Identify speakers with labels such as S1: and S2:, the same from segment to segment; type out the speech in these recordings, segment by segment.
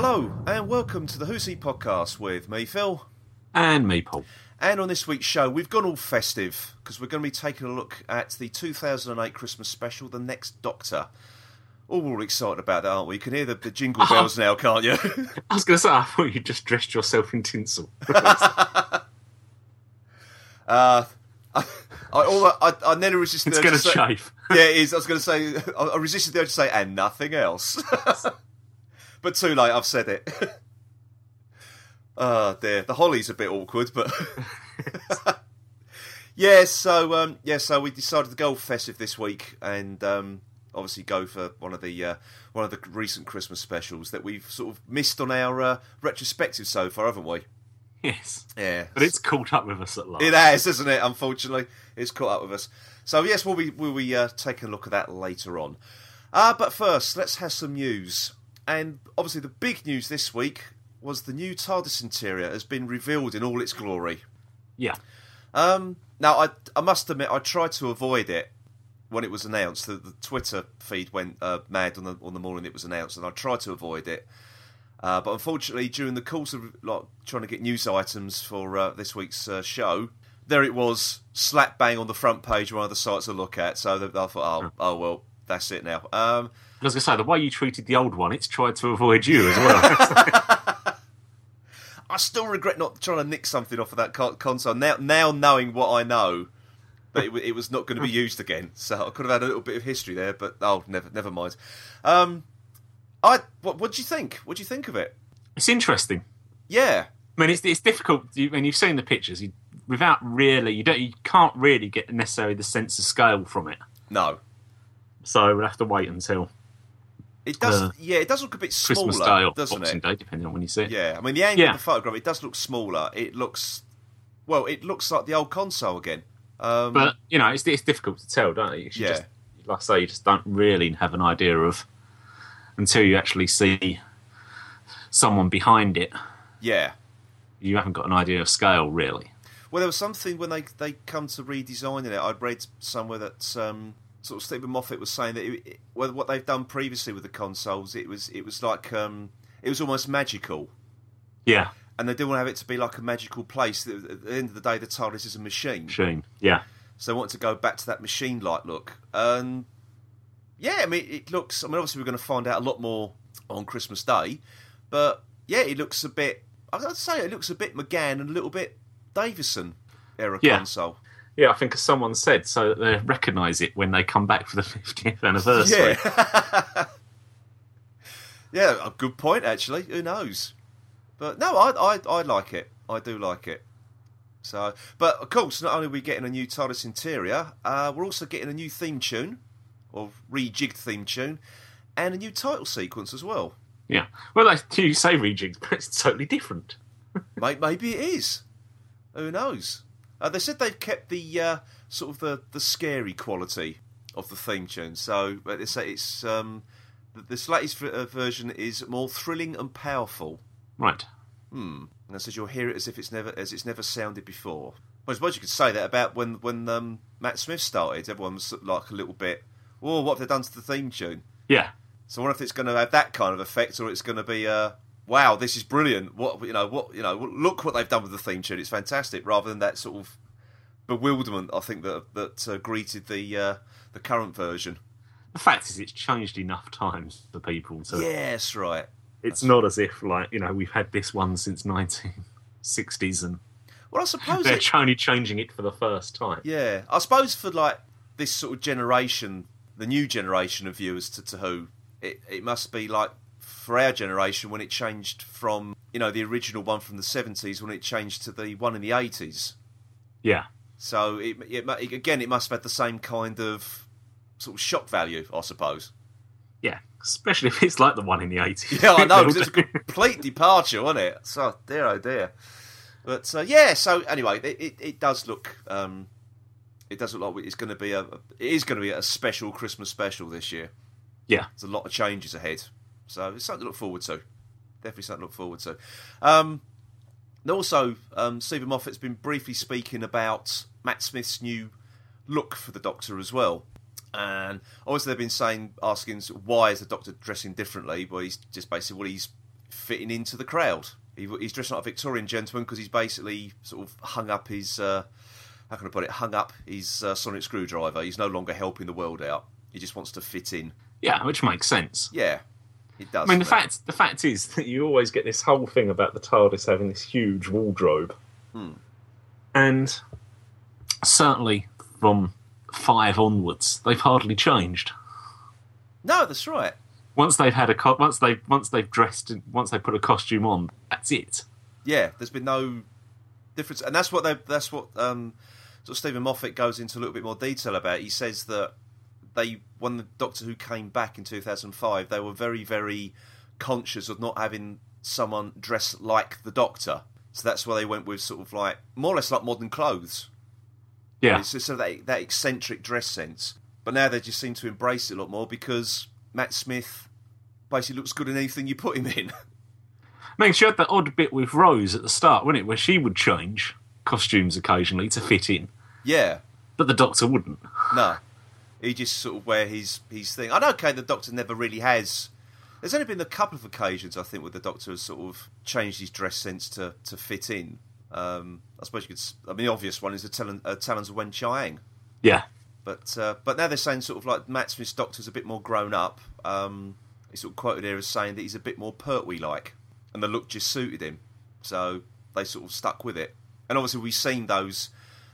S1: and welcome to the Who's He podcast with me, Phil.
S2: And me, Paul.
S1: And on this week's show, we've gone all festive because we're going to be taking a look at the 2008 Christmas special, The Next Doctor. Oh, we're all excited about that, aren't we? You can hear the, the jingle
S2: Oh.
S1: bells now, can't you?
S2: I was going to say, I thought you just dressed yourself in tinsel.
S1: uh, I, I, almo- I, I nearly resisted
S2: It's
S1: the urge
S2: going to
S1: say-
S2: chafe.
S1: Yeah, it is. I was going to say, I I resisted the urge to say, and nothing else. but too late, I've said it. oh, dear. The holly's a bit awkward, but. yeah, so um, yeah, so we decided to go festive this week and um, obviously go for one of the uh, one of the recent Christmas specials that we've sort of missed on our uh, retrospective so far, haven't we?
S2: Yes.
S1: Yeah.
S2: But it's caught up with us at last.
S1: It has, isn't it? Unfortunately, it's caught up with us. So yes, we'll be we'll be uh, taking a look at that later on. Uh, but first, let's have some news. And obviously, the big news this week was the new TARDIS interior has been revealed in all its glory.
S2: Yeah.
S1: Um, now, I I must admit, I tried to avoid it when it was announced. The, the Twitter feed went uh, mad on the on the morning it was announced, and I tried to avoid it. Uh, but unfortunately, during the course of like trying to get news items for uh, this week's uh, show, there it was slap bang on the front page of one of the sites I look at. So th- I thought, oh, oh well, that's it now. Um,
S2: I was going to say, the way you treated the old one, it's tried to avoid you as well.
S1: I still regret not trying to nick something off of that con- console now. Now knowing what I know, that it, w- it was not going to be used again. So I could have had a little bit of history there, but oh, never, never mind. Um, I what what do you think? What do you think of it?
S2: it's interesting.
S1: Yeah,
S2: I mean, it's, it's difficult you, when you've seen the pictures. You, without really, you don't, you can't really get necessarily the sense of scale from it.
S1: no,
S2: So we'll have to wait until
S1: it does.
S2: Uh,
S1: yeah, it does look a bit smaller,
S2: Christmas Day or
S1: doesn't
S2: Boxing
S1: it?
S2: Day, depending on when you see it.
S1: Yeah, I mean the angle
S2: Yeah.
S1: of the photograph, it does look smaller. It looks well, it looks like the old console again. Um,
S2: But you know, it's it's difficult to tell, don't it? You should
S1: Yeah.
S2: Just, like I say, you just don't really have an idea of until you actually see someone behind it.
S1: yeah,
S2: You haven't got an idea of scale, really.
S1: Well, there was something when they they come to redesigning it. I'd read somewhere that um, sort of Stephen Moffat was saying that it, it, well, what they've done previously with the consoles, it was it was like um, it was almost magical,
S2: Yeah,
S1: and they do want to have it to be like a magical place. At the end of the day, the TARDIS is a machine,
S2: machine. Yeah,
S1: so they want to go back to that machine-like look. Um, yeah, I mean, it looks. I mean, obviously, we're going to find out a lot more on Christmas Day, but yeah, it looks a bit. I'd say it looks a bit McGann and a little bit Davison era
S2: Yeah.
S1: console.
S2: yeah. I think as someone said, so that they recognise it when they come back for the 50th anniversary.
S1: Yeah. yeah, a good point actually. Who knows? But no, I, I I like it. I do like it. So, but of course, not only are we getting a new TARDIS interior, uh, we're also getting a new theme tune, or rejigged theme tune, and a new title sequence as well.
S2: Yeah. Well, they you say rejigs, but it's totally different.
S1: May- Maybe it is. Who knows? Uh, they said they've kept the uh, sort of the, the scary quality of the theme tune. So but they say it's um, th- this latest v- uh, version is more thrilling and powerful.
S2: Right.
S1: And it says you'll hear it as if it's never as it's never sounded before. Well, I suppose you could say that about when when um, Matt Smith started. Everyone was sort of like a little bit, "Oh, what have they done to the theme tune?"
S2: Yeah.
S1: So I wonder if it's going to have that kind of effect, or it's going to be, uh, "Wow, this is brilliant! What you know, what you know, look what they've done with the theme tune. It's fantastic." Rather than that sort of bewilderment, I think that that uh, greeted the uh, the current version.
S2: The fact is, it's changed enough times for people to.
S1: Yes, right.
S2: It's not as if like you know we've had this one since 1960s and
S1: Well, I suppose
S2: they're
S1: it,
S2: ch- only changing it for the first time.
S1: Yeah, I suppose for like this sort of generation, the new generation of viewers to, to Who, it, it must be like for our generation when it changed from you know the original one from the seventies when it changed to the one in the eighties.
S2: Yeah,
S1: So it, it mu- again, it must have had the same kind of sort of shock value, I suppose.
S2: yeah. Especially if it's like the one in the 80s.
S1: Yeah, I know. 'cause it's a complete departure, wasn't it? So dear, oh dear. But uh, yeah, so anyway, it, it, it does look um, it does look like it's going to be a it is going to be a special Christmas special this year.
S2: Yeah.
S1: there's a lot of changes ahead, so it's something to look forward to. Definitely something to look forward to. Um, and also, um, Stephen Moffat's been briefly speaking about Matt Smith's new look for the Doctor as well. And obviously, they've been saying, asking why is the Doctor dressing differently. Well, he's just basically well, he's fitting into the crowd. He, he's dressed like a Victorian gentleman because he's basically sort of hung up his uh, how can I put it? Hung up his uh, sonic screwdriver. He's no longer helping the world out. He just wants to fit in.
S2: Yeah, which makes sense.
S1: Yeah, it does.
S2: I mean, the
S1: doesn't it?
S2: fact the fact is that you always get this whole thing about the TARDIS having this huge wardrobe,
S1: Hmm.
S2: and certainly from five onwards, they've hardly changed.
S1: No, that's right.
S2: Once they've had a co- once they once they've dressed in, once they put a costume on, that's it.
S1: yeah, there's been no difference, and that's what they, that's what um, sort of Stephen Moffat goes into a little bit more detail about. He says that they when the Doctor Who came back in 2005, they were very very conscious of not having someone dressed like the Doctor, so that's why they went with sort of like more or less like modern clothes.
S2: Yeah,
S1: It's just sort of that, that eccentric dress sense. But now they just seem to embrace it a lot more because Matt Smith basically looks good in anything you put him in.
S2: I mean, she had that odd bit with Rose at the start, wasn't it, where she would change costumes occasionally to fit in,
S1: yeah.
S2: but the Doctor wouldn't.
S1: No, he just sort of wear his his thing. And okay, the Doctor never really has. There's only been a couple of occasions I think where the Doctor has sort of changed his dress sense to to fit in. Um, I suppose you could. s- I mean, the obvious one is the Talon, uh, Talons of Wen Chiang.
S2: Yeah,
S1: But uh, but now they're saying sort of like Matt Smith's Doctor's a bit more grown up. Um, he's sort of quoted here as saying that he's a bit more Pertwee like, and the look just suited him. So they sort of stuck with it. And obviously we've seen those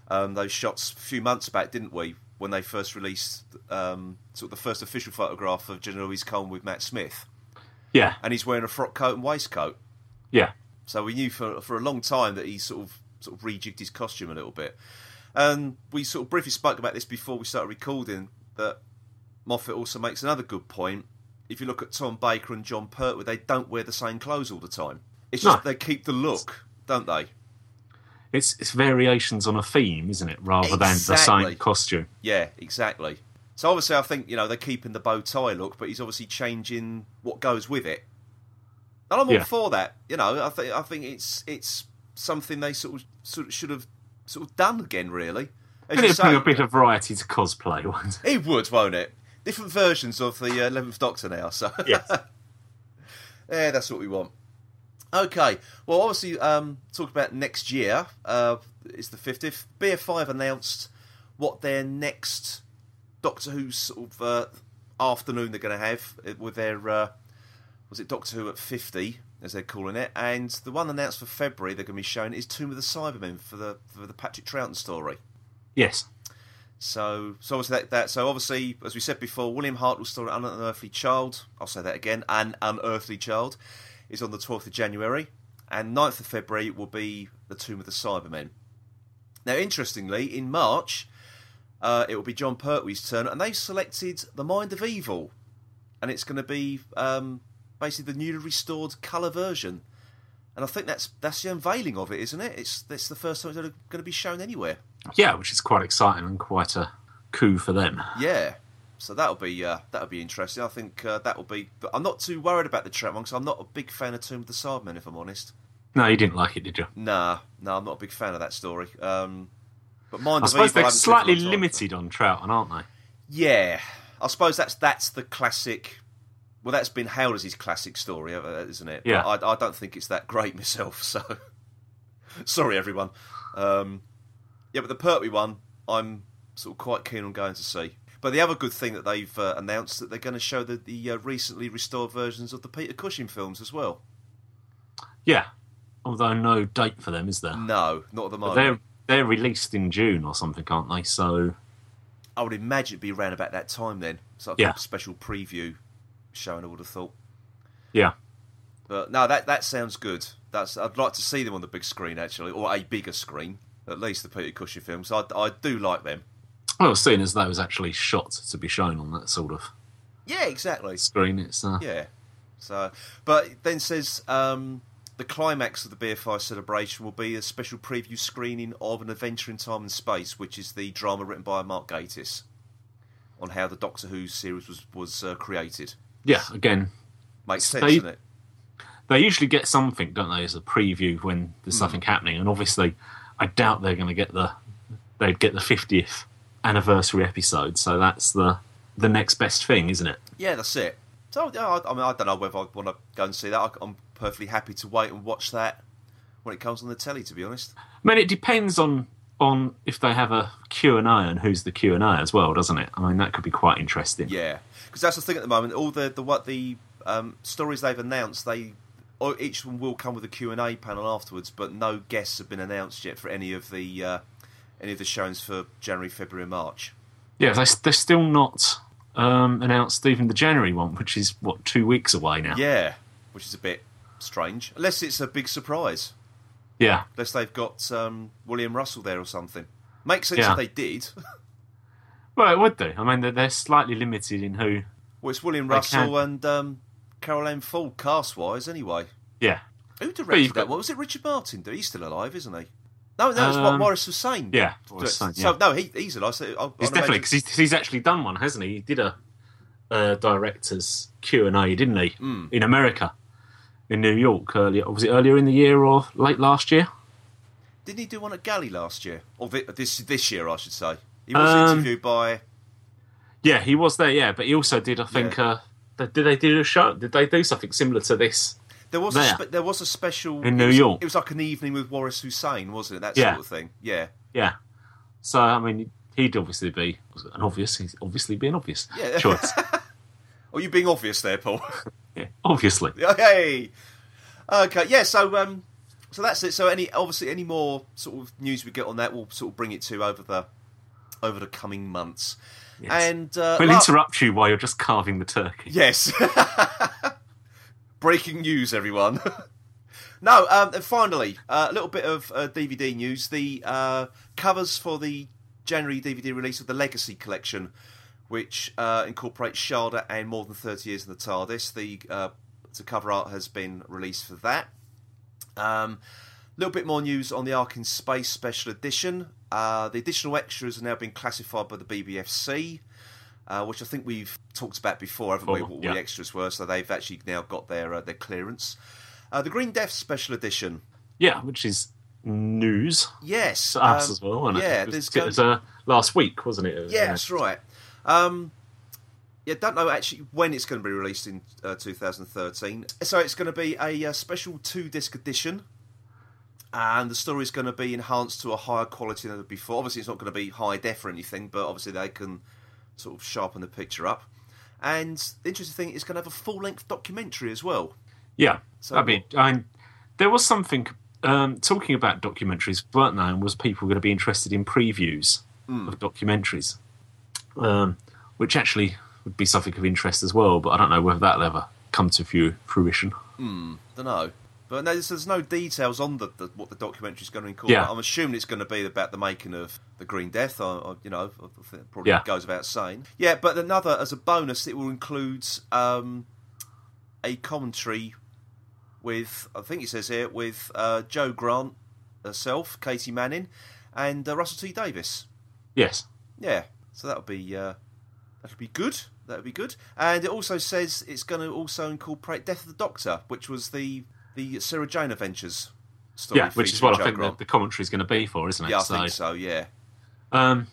S1: um, those shots a few months back, didn't we? When they first released um, sort of the first official photograph of General Louise Cohen with Matt Smith,
S2: yeah,
S1: and he's wearing a frock coat and waistcoat.
S2: yeah.
S1: So we knew for for a long time that he sort of sort of rejigged his costume a little bit. And we sort of briefly spoke about this before we started recording that Moffat also makes another good point. If you look at Tom Baker and John Pertwee, they don't wear the same clothes all the time. It's just
S2: No.
S1: they keep the look, don't they?
S2: It's it's variations on a theme, isn't it, rather than the
S1: Exactly.
S2: same costume.
S1: Yeah, exactly. So obviously, I think you know they're keeping the bow tie look, but he's obviously changing what goes with it. And I'm all
S2: Yeah.
S1: for that. You know, I think I think it's it's something they sort of sort of should have sort of done again, really. As
S2: And
S1: you
S2: it'd bring
S1: say,
S2: a bit of variety to cosplay, wouldn't it?
S1: it would, won't it? Different versions of the uh, Eleventh Doctor now. So yeah, that's what we want. Okay. Well, obviously, um, talk about next year. Uh, it's the 50th. BF5 announced what their next Doctor Who sort of uh, afternoon they're going to have uh, with their, uh, was it Doctor Who at 50, as they're calling it. And the one announced for February they're going to be showing is Tomb of the Cybermen for the, for the Patrick Troughton story.
S2: Yes.
S1: So, so obviously that, that. So obviously, as we said before, William Hart will start an unearthly child. I'll say that again. An unearthly child is on the 12th of January, and 9th of February will be the Tomb of the Cybermen. Now, interestingly, in March, uh, it will be John Pertwee's turn, and they've selected the Mind of Evil, and it's going to be um, basically the newly restored colour version. And I think that's that's the unveiling of it, isn't it? It's that's the first time it's going to be shown anywhere.
S2: Yeah, which is quite exciting and quite a coup for them.
S1: Yeah. So that'll be uh, that'll be interesting. I think uh, that'll be. But I'm not too worried about the trap one 'cause I'm not a big fan of Tomb of the Cybermen, if I'm honest.
S2: No, you didn't like it, did you?
S1: Nah, nah, I'm not a big fan of that story. Um, but mind
S2: I
S1: of
S2: suppose
S1: Evil, I
S2: they're
S1: haven't seen for a long
S2: slightly
S1: time.
S2: limited on Trouton, aren't they?
S1: Yeah, I suppose that's that's the classic. Well, that's been hailed as his classic story, uh, isn't it?
S2: Yeah.
S1: But I, I don't think it's that great myself. So, sorry everyone. Um, yeah, but the Pertwee one, I'm sort of quite keen on going to see. But the other good thing that they've uh, announced that they're going to show the, the uh, recently restored versions of the Peter Cushing films as well.
S2: Yeah. Although no date for them, is there?
S1: No, not at the
S2: But
S1: moment.
S2: they're they're released in June or something, aren't they? So
S1: I would imagine it'd be around about that time then. So
S2: Yeah.
S1: a special preview showing. I would have thought.
S2: yeah.
S1: But no, that that sounds good. That's I'd like to see them on the big screen actually, or a bigger screen. At least the Peter Cushing films. I I do like them.
S2: Well, seeing as that was actually shot to be shown on that sort of
S1: Yeah, exactly.
S2: screen, it's uh,
S1: Yeah. So, but it then says um, the climax of the BFI celebration will be a special preview screening of An Adventure in Time and Space, which is the drama written by Mark Gatiss on how the Doctor Who series was was uh, created.
S2: yeah. Again,
S1: Makes sense,
S2: They-
S1: doesn't it?
S2: they usually get something, don't they, as a preview when
S1: Mm.
S2: there's something happening. And obviously, I doubt they're going to get the they'd get the 50th anniversary episode. So that's the the next best thing, isn't it?
S1: Yeah, that's it. So yeah, I, I mean, I don't know whether I want to go and see that. I, I'm perfectly happy to wait and watch that when it comes on the telly. To be honest,
S2: I mean, it depends on on if they have a Q and A and who's the Q and A as well, doesn't it? I mean, that could be quite interesting.
S1: yeah, because that's the thing at the moment. All the the what the um, stories they've announced, they oh, each one will come with a Q and A panel afterwards, but no guests have been announced yet for any of the uh, any of the showings for January, February, and March.
S2: Yeah, they, they're still not um, announced even the January one, which is what two weeks away now.
S1: Yeah, which is a bit strange, unless it's a big surprise.
S2: yeah.
S1: Unless they've got um, William Russell there or something. Makes sense
S2: Yeah.
S1: if they did.
S2: Well, it would do. I mean, they're, they're slightly limited in who.
S1: Well, it's William
S2: They
S1: Russell
S2: can.
S1: and um, Caroline Ford, cast-wise, anyway.
S2: Yeah,
S1: Who
S2: you've
S1: directed
S2: got-
S1: that? What was it? Richard Martin? He's still alive, isn't he? No, no, it's what
S2: Um,
S1: Morris was saying.
S2: yeah. Or something, yeah.
S1: So no, he, he's alive. So I, I'd
S2: He's definitely
S1: imagine-
S2: because he's, he's actually done one, hasn't he? He did a, uh director's Q and A, didn't he?
S1: Hmm.
S2: In America, in New York earlier. Was it earlier in the year or late last year?
S1: didn't he do one at Galley last year or thi- this this year? I should say he was
S2: Um,
S1: interviewed by
S2: Yeah, he was there. Yeah, but he also did. I think.
S1: Yeah.
S2: Uh, th- did they do a show? Did they do something similar to this?
S1: There was
S2: There.
S1: A spe- there was a special
S2: In
S1: it
S2: New
S1: was-
S2: York.
S1: It was like an evening with Warris Hussein, wasn't it? That
S2: Yeah.
S1: sort of thing. Yeah,
S2: Yeah. So I mean, he'd obviously be an obvious. He's obviously be an obvious
S1: Yeah.
S2: choice.
S1: Are you Oh, being obvious there, Paul?
S2: yeah, obviously.
S1: hey, okay, yeah. So, um, so that's it. So, any obviously any more sort of news we get on that, we'll sort of bring it to over the over the coming months.
S2: Yes.
S1: And uh,
S2: We'll
S1: la-
S2: interrupt you while you're just carving the turkey.
S1: Yes. Breaking news, everyone. no, um, and finally, uh, a little bit of uh, DVD news. The uh, covers for the January DVD release of the Legacy Collection, which uh, incorporates Sharda and More Than 30 Years in the TARDIS. The, uh, the cover art has been released for that. A um, little bit more news on the Ark in Space Special Edition. Uh, the additional extras have now been classified by the BBFC uh, which I think we've talked about before, haven't we?
S2: Before,
S1: What all
S2: yeah.
S1: the extras were, so they've actually now got their uh, their clearance. Uh, the Green Death Special Edition,
S2: Yeah, which is news
S1: yes,
S2: to us
S1: um,
S2: as well, isn't
S1: yeah,
S2: it?
S1: there's
S2: it was uh, last week, wasn't it? It was,
S1: yeah,
S2: uh,
S1: that's right. Um, yeah, don't know actually when it's going to be released in uh, 2013. So it's going to be a uh, special two disc edition, and the story is going to be enhanced to a higher quality than before. Obviously, it's not going to be high def or anything, but obviously they can sort of sharpen the picture up. And the interesting thing is, going to have a full length documentary as well.
S2: yeah.
S1: So-
S2: I mean, I mean, there was something um, talking about documentaries, weren't there? And was people going to be interested in previews
S1: Hmm.
S2: of documentaries, um, which actually would be something of interest as well. But I don't know whether that'll ever come to fu- fruition.
S1: don't know. But no, there's, there's no details on the, the what the documentary's going to incorporate.
S2: Yeah.
S1: I'm assuming it's going to be about the making of the Green Death. I, I, you know, I think it probably
S2: Yeah.
S1: goes without saying. Yeah, but another as a bonus, it will include um, a commentary with I think it says here with uh, Joe Grant herself, Katie Manning, and uh, Russell T Davis.
S2: Yes.
S1: Yeah, so that'll be uh, that'll be good. That'll be good. And it also says it's going to also incorporate Death of the Doctor, which was the the Sarah Jane Adventures story.
S2: yeah, which is
S1: featuring
S2: what
S1: Joe
S2: I think the,
S1: Grant.
S2: the commentary is going to be for, isn't it?
S1: yeah, I think so. Yeah,
S2: Um,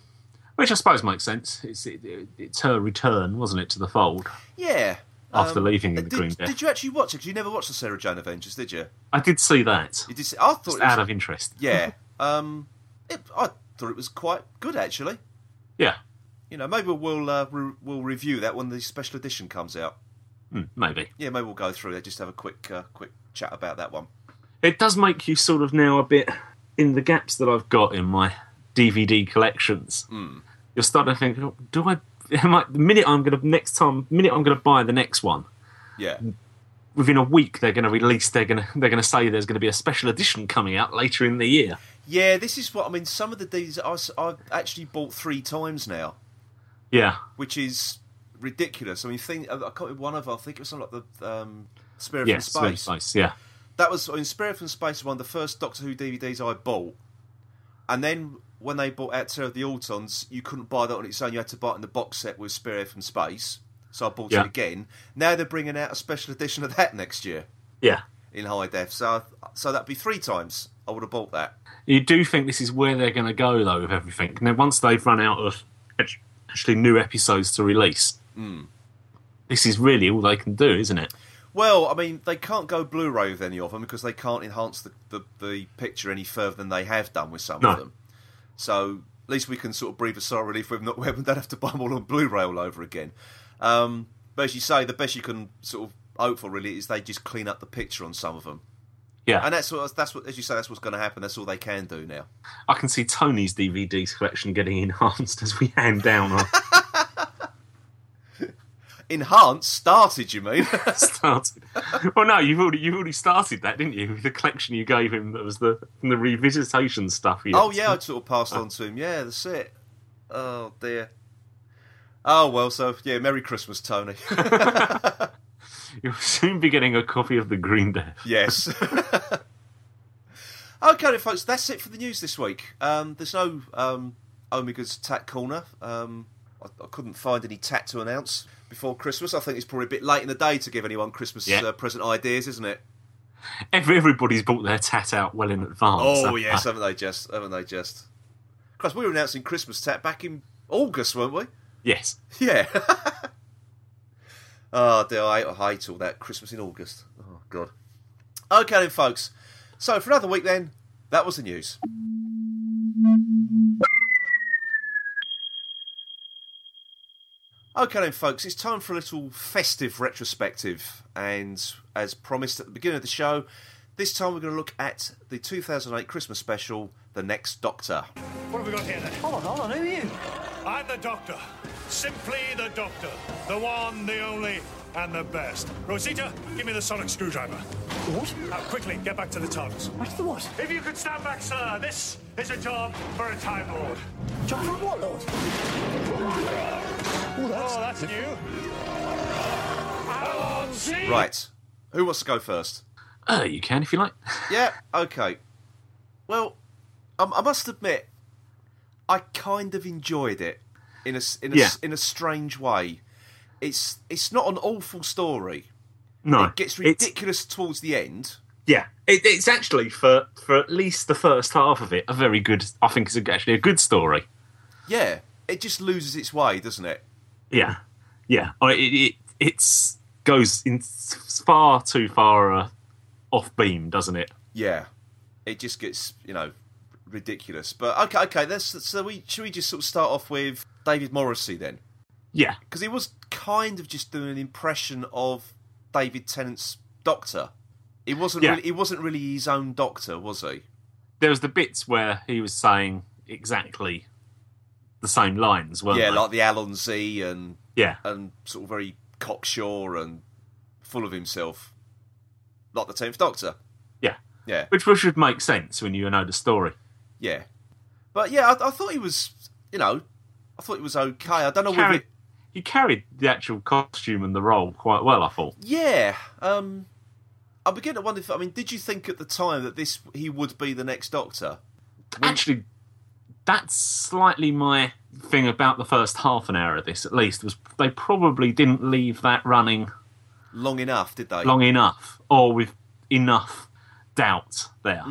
S2: which I suppose makes sense. It's, it, it, it's her return, wasn't it, to the fold
S1: yeah.
S2: after
S1: Um,
S2: leaving the
S1: did,
S2: Green Death?
S1: did you actually watch it? 'Cause you never watched the Sarah Jane Adventures, did you?
S2: I did see that.
S1: You did. See, I thought
S2: Just
S1: it was,
S2: out of interest.
S1: yeah. Um, it, I thought it was quite good actually.
S2: Yeah,
S1: You know, maybe we'll uh, re- we'll review that when the special edition comes out.
S2: Hmm, maybe.
S1: Yeah, maybe we'll go through it. Just have a quick uh, quick chat about that one.
S2: It does make you sort of now a bit in the gaps that I've got in my DVD collections.
S1: Hmm.
S2: You're starting to think, oh, do I? Am I the minute I'm going to next time, minute I'm going to buy the next one.
S1: Yeah.
S2: Within a week, they're going to release. They're going to they're going to say there's going to be a special edition coming out later in the year.
S1: Yeah, this is what I mean. Some of the D's I, have actually bought three times now,
S2: Yeah,
S1: which is ridiculous. I mean, thing I can't remember one of them. I think it was something like the um, Spirit
S2: yeah,
S1: from Space.
S2: space. Yeah,
S1: That was I mean, Spirit from Space was one of the first Doctor Who DVDs I bought, and then when they bought out Terror of the Autons, you couldn't buy that on its own. You had to buy it in the box set with Spirit from Space. So I bought
S2: Yeah.
S1: it again. Now they're bringing out a special edition of that next year
S2: yeah.
S1: in high def. So so that'd be three times I would have bought that.
S2: You do think this is where they're going to go, though, with everything. Now, once they've run out of act-
S1: Hmm.
S2: actually new episodes to release, this is really all they can do, isn't it?
S1: Well, I mean, they can't go Blu-ray with any of them because they can't enhance the, the, the picture any further than they have done with some
S2: No.
S1: of them. So at least we can sort of breathe a sigh of relief we've not we don't have to buy them all on Blu-ray all over again. Um, but as you say, the best you can sort of hope for really is they just clean up the picture on some of them,
S2: Yeah,
S1: and that's what that's what as you say that's what's going to happen. That's all they can do now.
S2: I can see Tony's DVD collection getting enhanced as we hand down our
S1: Enhance started, you mean?
S2: started. Well, no, you've already you've already started that, didn't you? The collection you gave him that was the the revisitation stuff. He
S1: Oh yeah, I sort of passed on to him. Yeah, that's it. Oh dear. Oh well, so yeah, Merry Christmas, Tony.
S2: you'll soon be getting a copy of the Green Death.
S1: yes. okay, then, folks, that's it for the news this week. Um, there's no um, Omega's Tat Corner. Um, I, I couldn't find any tat to announce before Christmas. I think it's probably a bit late in the day to give anyone Christmas
S2: Yeah.
S1: uh, present ideas, isn't it?
S2: Every, everybody's bought their tat out well in advance. Uh,
S1: Oh yes, haven't they just? Haven't they just? Because we were announcing Christmas tat back in August, weren't we?
S2: yes.
S1: Yeah. oh, dear, I, I hate all that Christmas in August. Oh, God. Okay, then, folks. So, for another week, then, that was the news. Okay, then, folks, it's time for a little festive retrospective. And as promised at the beginning of the show, this time we're going to look at the 2008 Christmas special, The Next Doctor.
S3: What have we got here then?
S4: Hold on, hold on, who are you?
S3: I'm the doctor. Simply the doctor. The one, the only, and the best. Rosita, give me the sonic screwdriver.
S4: What?
S3: Now, quickly, get back to the TARDIS.
S4: What's the what?
S3: If you could stand back, sir, this is a job for a Time Lord.
S4: John from what, Lord?
S3: Oh, that's new. Alan C.
S1: Right. Who wants to go first?
S2: Uh, you can if you like.
S1: Yeah, okay. Well, um, I must admit, I kind of enjoyed it in a s- in a, s-
S2: Yeah.
S1: in a strange way. It's it's not an awful story.
S2: No,
S1: It gets
S2: it's-
S1: ridiculous towards the end.
S2: Yeah, it, it's actually for for at least the first half of it a very good. I think it's a, actually a good story.
S1: Yeah, it just loses its way, doesn't it?
S2: Yeah, yeah. I, it, it it's goes in s- far too far uh, off beam, doesn't it?
S1: Yeah, it just gets you know ridiculous. But okay, okay. Let's, so we should we just sort of start off with David Morrissey then,
S2: Yeah,
S1: because he was kind of just doing an impression of David Tennant's Doctor. He wasn't.
S2: Yeah.
S1: Really, he wasn't really his own Doctor, was he?
S2: there was the bits where he was saying exactly the same lines, weren't
S1: Yeah,
S2: they?
S1: like the Alon Z and
S2: yeah,
S1: and sort of very cocksure and full of himself, like the Tenth Doctor.
S2: yeah.
S1: Yeah,
S2: Which which would make sense when you know the story.
S1: yeah. But yeah, I, I thought he was, you know, I thought he was okay. I don't know whether.
S2: Carried,
S1: It,
S2: he carried the actual costume and the role quite well. I thought.
S1: yeah, um, I begin to wonder. If, I mean, did you think at the time that this he would be the next Doctor?
S2: actually that's slightly my thing about the first half an hour of this at least was they probably didn't leave that running
S1: Long enough, did they?
S2: long enough or with enough doubt there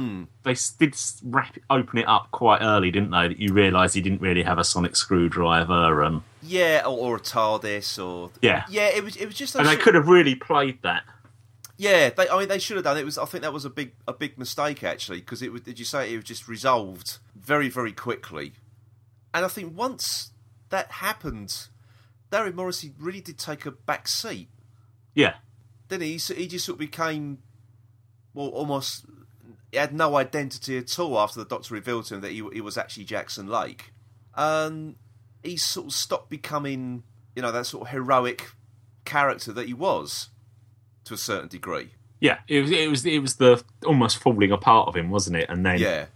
S2: they s- did s- wrap it, open it up quite early didn't they that you realised he didn't really have a sonic screwdriver and
S1: Yeah, or, or a TARDIS, or
S2: Yeah.
S1: yeah. It was it was just.
S2: and they could have really played that
S1: Yeah, they, I mean, they should have done it. it. Was I think that was a big a big mistake actually because it was- did you say it was just resolved very very quickly, and I think once that happened, Darren Morrissey really did take a back seat.
S2: yeah
S1: Didn't he? He s- He just sort of became well almost he had no identity at all after the Doctor revealed to him that he he was actually Jackson Lake, and he sort of stopped becoming you know that sort of heroic character that he was to a certain degree.
S2: yeah it was it was it was the almost falling apart of him wasn't it and then
S1: Yeah,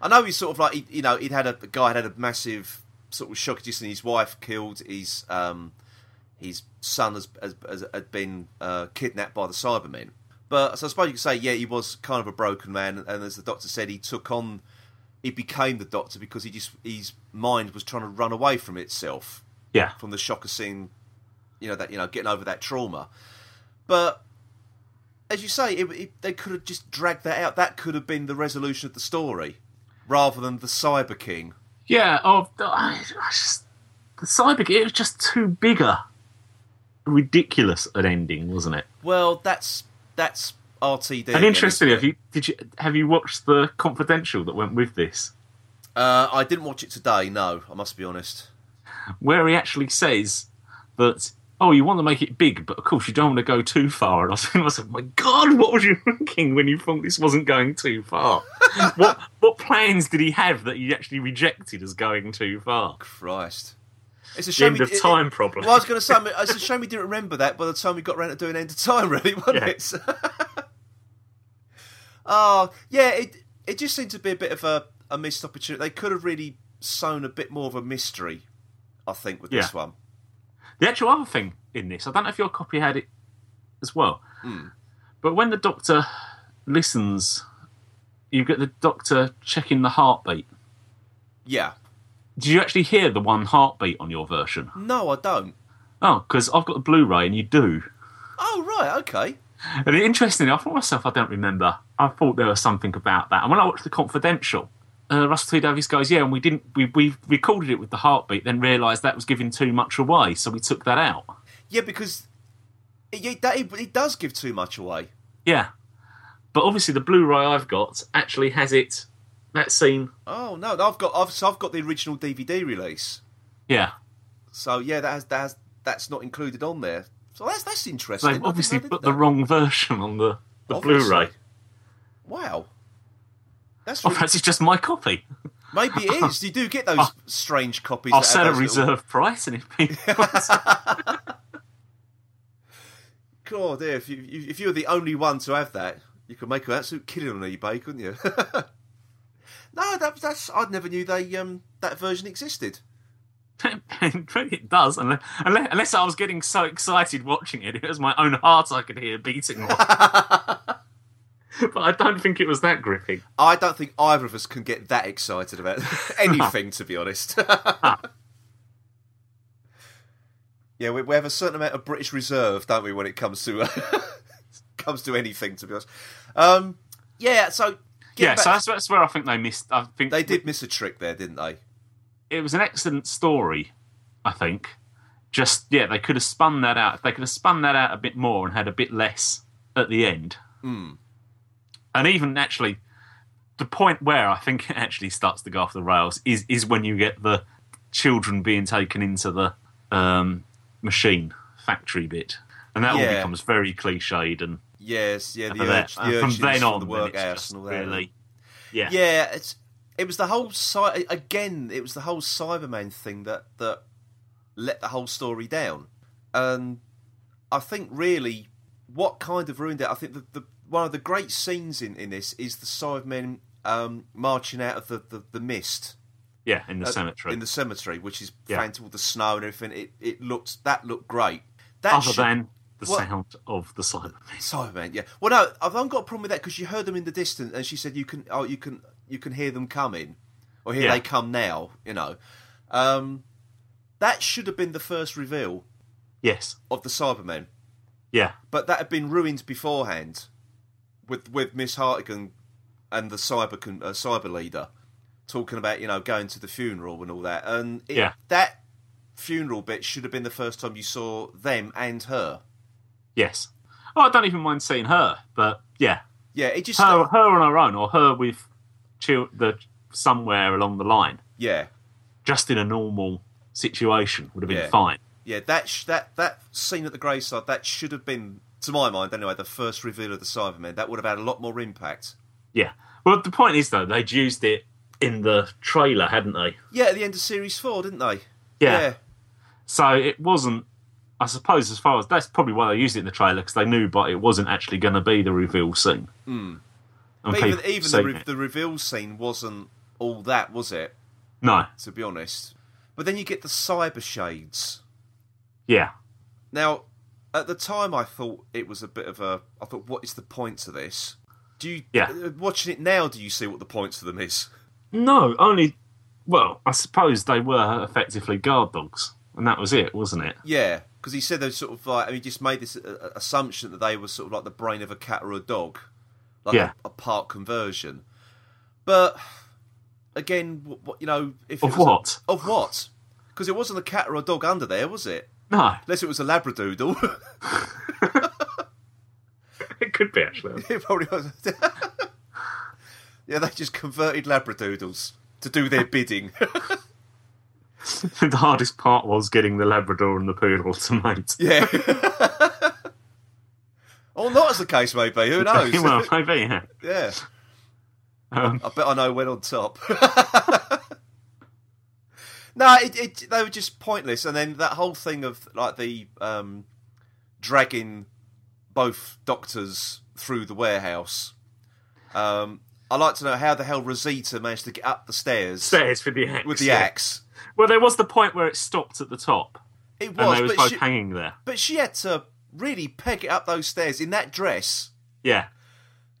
S1: I know he's sort of like he, you know he'd had a the guy had had a massive sort of shock just and his wife killed his um his son has has, has had been uh, kidnapped by the Cybermen. But so I suppose you could say yeah he was kind of a broken man and as the doctor said he took on he became the doctor because he just his mind was trying to run away from itself
S2: yeah
S1: from the shock of seeing, you know, that you know, getting over that trauma. But as you say, it, it, they could have just dragged that out. That could have been the resolution of the story, rather than the Cyber King.
S2: Yeah, oh, I, I just the cyber. It was just too bigger ridiculous an ending, wasn't it?
S1: Well, that's that's RTD.
S2: and
S1: again,
S2: interestingly, have
S1: isn't it?
S2: you did you have you watched the confidential that went with this,
S1: uh, I didn't watch it today. No, I must be honest.
S2: where he actually says that oh you want to make it big, but of course you don't want to go too far. And I was thinking, to myself, my God, what was you thinking when you thought this wasn't going too far? what what plans did he have that he actually rejected as going too far?
S1: Christ. It's a
S2: The
S1: shame
S2: end
S1: we-
S2: of
S1: it-
S2: time
S1: it-
S2: problem.
S1: uh, Well, I was going to say, I mean, it's a shame we didn't remember that by the time we got around to doing End of Time, really, wasn't
S2: Yeah.
S1: it? oh, yeah, it it just seemed to be a bit of a, a missed opportunity. They could have really sown a bit more of a mystery, I think, with this
S2: Yeah.
S1: one.
S2: The actual other thing in this, I don't know if your copy had it as well, but when the doctor listens, you get the doctor checking the heartbeat.
S1: Yeah.
S2: Did you actually hear the one heartbeat on your version?
S1: No, I don't.
S2: Oh, because I've got the Blu ray and you do.
S1: Oh, right, okay.
S2: And interestingly, I thought myself, I don't remember. I thought there was something about that. And when I watched The Confidential, uh, Russell T Davies goes, Yeah, and we didn't, we, we recorded it with the heartbeat, then realised that was giving too much away, so we took that out.
S1: Yeah, because it, it, that, it, it does give too much away.
S2: Yeah. But obviously the Blu-ray I've got actually has it that scene.
S1: Oh no, I've got I've, so I've got the original DVD release.
S2: Yeah.
S1: So yeah, that has, that has, that's not included on there. So that's that's
S2: So
S1: interesting. I
S2: they've
S1: didn't
S2: obviously
S1: know they did
S2: put the
S1: that.
S2: wrong version on the, the
S1: Obviously.
S2: Blu-ray.
S1: Wow, that's
S2: Or
S1: really,
S2: perhaps it's just my copy.
S1: maybe it is. You do get those strange copies.
S2: I'll
S1: that have
S2: set a
S1: those little-
S2: reserve price and if people want
S1: God, yeah, if you if you were the only one to have that, you could make an absolute killing on eBay, couldn't you? no, that, that's I never knew they um that version existed.
S2: to- it does, unless, unless, unless I was getting so excited watching it, it was my own heart I could hear beating. but I don't think it was that gripping.
S1: I don't think either of us can get that excited about anything, to be honest. yeah, we, we have a certain amount of British reserve, don't we, when it comes to comes to anything, to be honest. Um, yeah, so get
S2: Yeah,
S1: back-
S2: so that's, that's where I think they missed. I think
S1: they did miss a trick there, didn't they?
S2: it was an excellent story, I think. Just yeah, they could have spun that out. They could have spun that out a bit more and had a bit less at the end.
S1: Hmm.
S2: And even actually, the point where I think it actually starts to go off the rails is is when you get the children being taken into the um, machine factory bit, and that all
S1: Yeah.
S2: becomes very cliched. And,
S1: Yes, yeah, the,
S2: from there-
S1: urge, the
S2: and
S1: urchins
S2: from then on,
S1: the
S2: then it's
S1: workhouse
S2: just
S1: and all that.
S2: really, yeah,
S1: Yeah, it's it was the whole cy- again. It was the whole Cyberman thing that that let the whole story down, and I think really what kind of ruined it. I think the, the one of the great scenes in, in this is the Cybermen um, marching out of the, the, the mist
S2: yeah, in the
S1: uh,
S2: cemetery.
S1: in the cemetery, which is
S2: Yeah.
S1: found to all the snow and everything. It it looked that looked great. That
S2: other
S1: should-
S2: than the
S1: what-
S2: sound of the silent.
S1: Cyberman, yeah. Well, no, I've I've got a problem with that because you heard them in the distance, and she said you can, oh, you can, you can hear them coming, or here
S2: Yeah.
S1: they come now. You know, um, that should have been the first reveal
S2: Yes,
S1: of the Cybermen,
S2: yeah.
S1: but that had been ruined beforehand with with Miss Hartigan and the cyber con- uh, cyber leader talking about you know going to the funeral and all that, and it,
S2: Yeah.
S1: that funeral bit should have been the first time you saw them and her.
S2: Yes. Oh, I don't even mind seeing her, but yeah,
S1: Yeah, it just
S2: her, her on her own, or her with chil- the somewhere along the line,
S1: yeah.
S2: just in a normal situation would have been
S1: Yeah.
S2: fine.
S1: yeah, that sh- that that scene at the graveside that should have been, to my mind anyway, the first reveal of the Cybermen. That would have had a lot more impact.
S2: Yeah. Well, the point is though, they'd used it in the trailer, hadn't they?
S1: Yeah, at the end of series four, didn't they?
S2: Yeah. So it wasn't. I suppose as far as that's probably why they used it in the trailer because they knew, but it wasn't actually going to be the reveal scene. Mm. And
S1: But Hmm. even
S2: people
S1: even the,
S2: seen
S1: re-
S2: it.
S1: the reveal scene wasn't all that, was it?
S2: no,
S1: To be honest. But then you get the cyber shades.
S2: yeah,
S1: Now, at the time, I thought it was a bit of a. I thought, what is the point to this? Do you
S2: Yeah.
S1: uh, watching it now? Do you see what the point to them is?
S2: No, only. Well, I suppose they were effectively guard dogs, and that was it, wasn't it?
S1: Yeah, because he said they were sort of like, I mean, he just made this uh, assumption that they were sort of like the brain of a cat or a dog, like
S2: Yeah.
S1: a, a part conversion. But again, what, you know, if it
S2: Of
S1: was-
S2: what?
S1: of what? Because it wasn't a cat or a dog under there, was it?
S2: No,
S1: Unless it was a Labradoodle.
S2: it could be actually.
S1: it probably was. yeah, they just converted Labradoodles to do their bidding.
S2: the hardest part was getting the Labrador and the poodle to mate.
S1: yeah. or not, as the case may be. Who knows?
S2: well, maybe yeah.
S1: yeah.
S2: Um,
S1: I bet I know when on top. no, it, it, they were just pointless, and then that whole thing of like the um, dragging both doctors through the warehouse. Um, I like to know how the hell Rosita managed to get up the stairs
S2: stairs with the axe.
S1: with the
S2: yeah.
S1: axe.
S2: Well, there was the point where it stopped at the top,
S1: It
S2: and
S1: was,
S2: they was
S1: but
S2: both
S1: she,
S2: hanging there.
S1: but she had to really peg it up those stairs in that dress
S2: Yeah,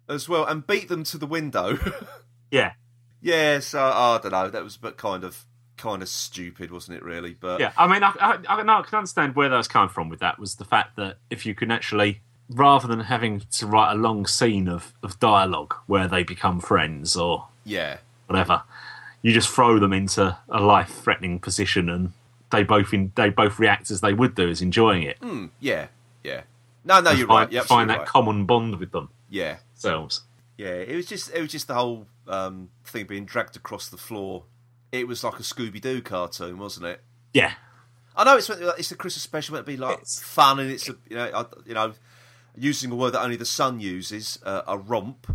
S1: as well, and beat them to the window.
S2: yeah,
S1: yeah, so I don't know. That was but kind of kind of stupid, wasn't it? Really, but
S2: yeah. I mean, I, I, I, no, I can understand where that was coming from. With that was the fact that if you can actually, rather than having to write a long scene of of dialogue where they become friends or
S1: yeah.
S2: whatever. You just throw them into a life-threatening position, and they both in, they both react as they would do, as enjoying it.
S1: Yeah, yeah. No, no, Mm, you're
S2: find,
S1: right. You're
S2: find
S1: absolutely
S2: that
S1: right.
S2: common bond with them
S1: yeah,
S2: themselves.
S1: yeah. It was just, it was just the whole um, thing being dragged across the floor. It was like a Scooby Doo cartoon, wasn't it?
S2: Yeah,
S1: I know it's meant to be like, it's a Christmas special meant to be like
S2: It's-
S1: fun, and it's a you know, I, you know, using a word that only the sun uses, uh, a romp.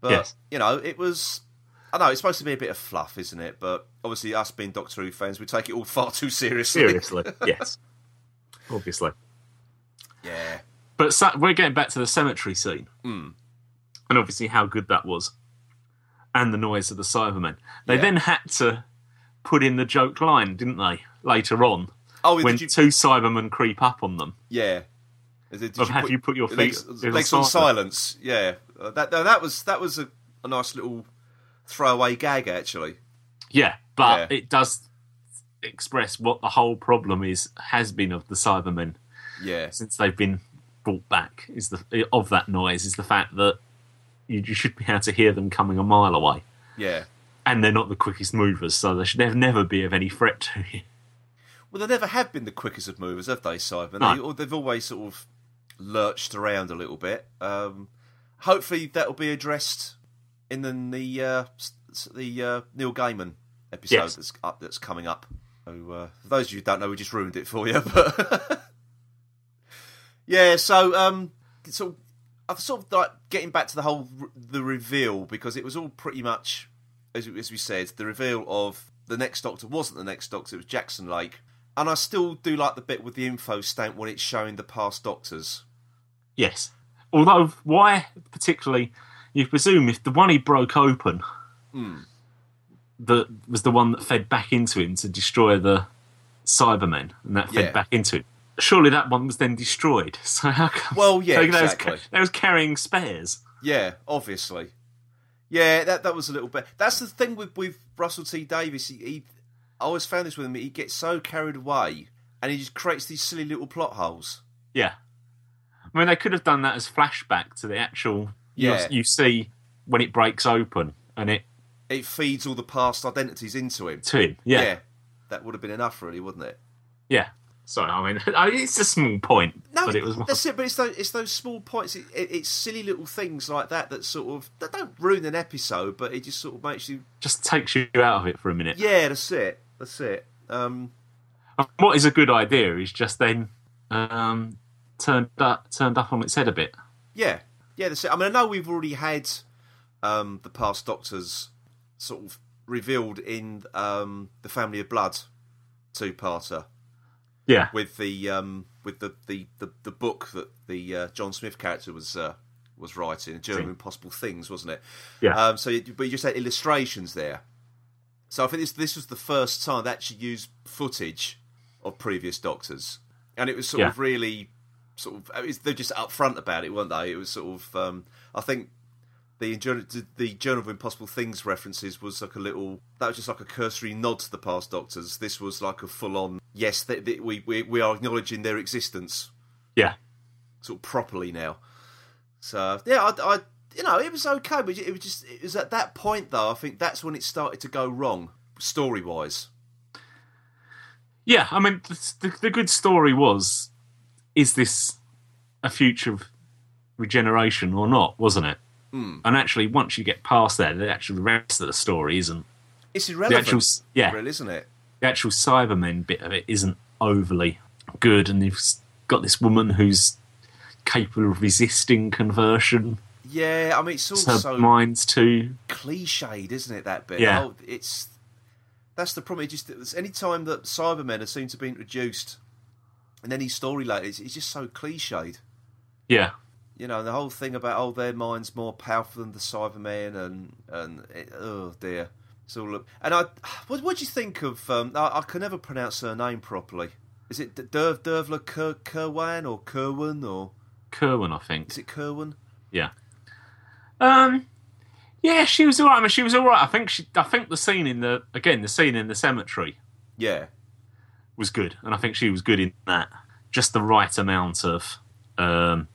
S1: But
S2: Yes.
S1: you know, it was. I know it's supposed to be a bit of fluff, isn't it? But obviously, us being Doctor Who fans, we take it all far too seriously.
S2: seriously, yes, obviously.
S1: Yeah,
S2: But so, we're getting back to the cemetery scene,
S1: Mm.
S2: and obviously how good that was, and the noise of the Cybermen. They
S1: Yeah.
S2: then had to put in the joke line, didn't they? Later on,
S1: Oh, did
S2: when
S1: you-
S2: two Cybermen creep up on them,
S1: yeah. Did- did
S2: Of have you put your
S1: legs,
S2: feet in
S1: legs on
S2: silence?
S1: silence. Yeah, Uh, that no, that was that was a, a nice little throwaway gag actually.
S2: Yeah, but
S1: Yeah.
S2: it does express what the whole problem is has been of the Cybermen
S1: Yeah,
S2: since they've been brought back. Is the of that noise is the fact that you, you should be able to hear them coming a mile away,
S1: yeah.
S2: and they're not the quickest movers, so they should never, never be of any threat to you.
S1: Well, they never have been the quickest of movers, have they, Simon?
S2: No.
S1: They, or they've always sort of lurched around a little bit. Um, hopefully, that'll be addressed in the the, uh, s- s- the uh, Neil Gaiman episode
S2: Yes.
S1: that's up that's coming up. So, uh, for those of you who don't know, we just ruined it for you. But yeah, so um, so I've sort of like getting back to the whole r- the reveal because it was all pretty much as, as we said the reveal of the next Doctor wasn't the next Doctor; it was Jackson Lake. And I still do like the bit with the info stamp when it's showing the past Doctors.
S2: Yes, although why particularly? You presume if the one he broke open,
S1: Hmm.
S2: that was the one that fed back into him to destroy the Cybermen, and that fed
S1: Yeah.
S2: back into him. Surely that one was then destroyed. So how come?
S1: Well, yeah,
S2: they, was,
S1: exactly.
S2: they was carrying spares.
S1: Yeah, obviously. Yeah, that that was a little bit. That's the thing with with Russell T Davis. He, he I always found this with him. He gets so carried away, and he just creates these silly little plot holes.
S2: Yeah, I mean they could have done that as flashback to the actual. you-
S1: Yeah.
S2: you see when it breaks open and it
S1: It feeds all the past identities into him.
S2: to him. Yeah, yeah.
S1: that would have been enough, really, wouldn't it?
S2: So I mean, it's a small point,
S1: No,
S2: but it was.
S1: that's it. But it's those, it's those small points. It, it, it's silly little things like that that sort of that don't ruin an episode, but it just sort of makes you.
S2: just takes you out of it for a minute.
S1: Yeah, that's it. That's it. Um,
S2: What is a good idea is just then um, turned up, turned up on its head a bit.
S1: Yeah, yeah. That's it. I mean, I know we've already had um, the past Doctors sort of revealed in um, the Family of Blood two-parter
S2: Yeah,
S1: with the um, with the, the, the, the book that the uh, John Smith character was uh, was writing, Journal of Impossible Things, wasn't it?
S2: yeah,
S1: Um, so, you, but you just had illustrations there. So I think this this was the first time they actually used footage of previous Doctors, and it was sort
S2: Yeah.
S1: of really sort of I mean, they're just upfront about it, weren't they? It was sort of um, I think the Journ- the Journal of Impossible Things references was like a little that was just like a cursory nod to the past Doctors. This was like a full on yes, th th we, we we are acknowledging their existence
S2: yeah.
S1: sort of properly now. So yeah, I, I you know it was okay, but it was just it was at that point though. I think that's when it started to go wrong story wise.
S2: Yeah, I mean, the, the- the good story was is this a future of regeneration or not, wasn't it? And actually, once you get past that, the actual rest of the story isn't.
S1: It's
S2: The
S1: irrelevant,
S2: actual, yeah,
S1: really, isn't it?
S2: the actual Cybermen bit of it isn't overly good, and you've s- got this woman who's capable of resisting conversion.
S1: Yeah, I mean, it's all
S2: It's her
S1: so
S2: mind's too.
S1: cliched, isn't it? That bit.
S2: Yeah.
S1: Oh, it's that's the problem. It just it's any time that Cybermen are seem to be introduced in any story like this, it's just so cliched.
S2: Yeah,
S1: You know, and the whole thing about oh, their mind's more powerful than the Cybermen, and and it, oh dear, it's all. And I, what what do you think of? Um, I, I can never pronounce her name properly. Is it D- Derv Dervla Ker, Kerwan or Kerwin or
S2: Kerwin, I think.
S1: is it Kerwin?
S2: Yeah. Um. Yeah, she was all right. I mean, she was all right. I think she. I think the scene in the again the scene in the cemetery
S1: Yeah,
S2: was good, and I think she was good in that. Just the right amount of um,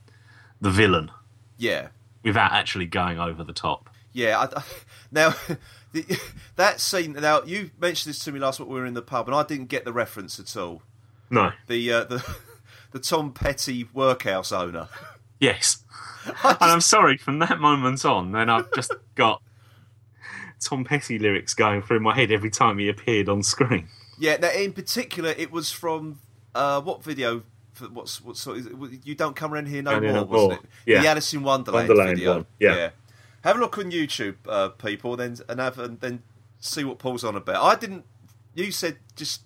S2: the villain
S1: yeah.
S2: without actually going over the top.
S1: Yeah. I, I- now, the, that scene. Now, you mentioned this to me last week. when We were in the pub, and I didn't get the reference at all.
S2: No.
S1: The uh, the the Tom Petty workhouse owner.
S2: Yes. and I'm sorry. From that moment on, then I've just got Tom Petty lyrics going through my head every time he appeared on screen.
S1: Yeah. Now, in particular, it was from uh, what video? For what's what sort? Is it, you don't come around here no
S2: Come Here
S1: more,
S2: No
S1: wasn't
S2: More.
S1: it?
S2: Yeah.
S1: The Alice in Wonderland,
S2: Wonderland
S1: video.
S2: one, yeah.
S1: Have a look on YouTube, uh, people, then and have and then see what Paul's on about. I didn't. You said just.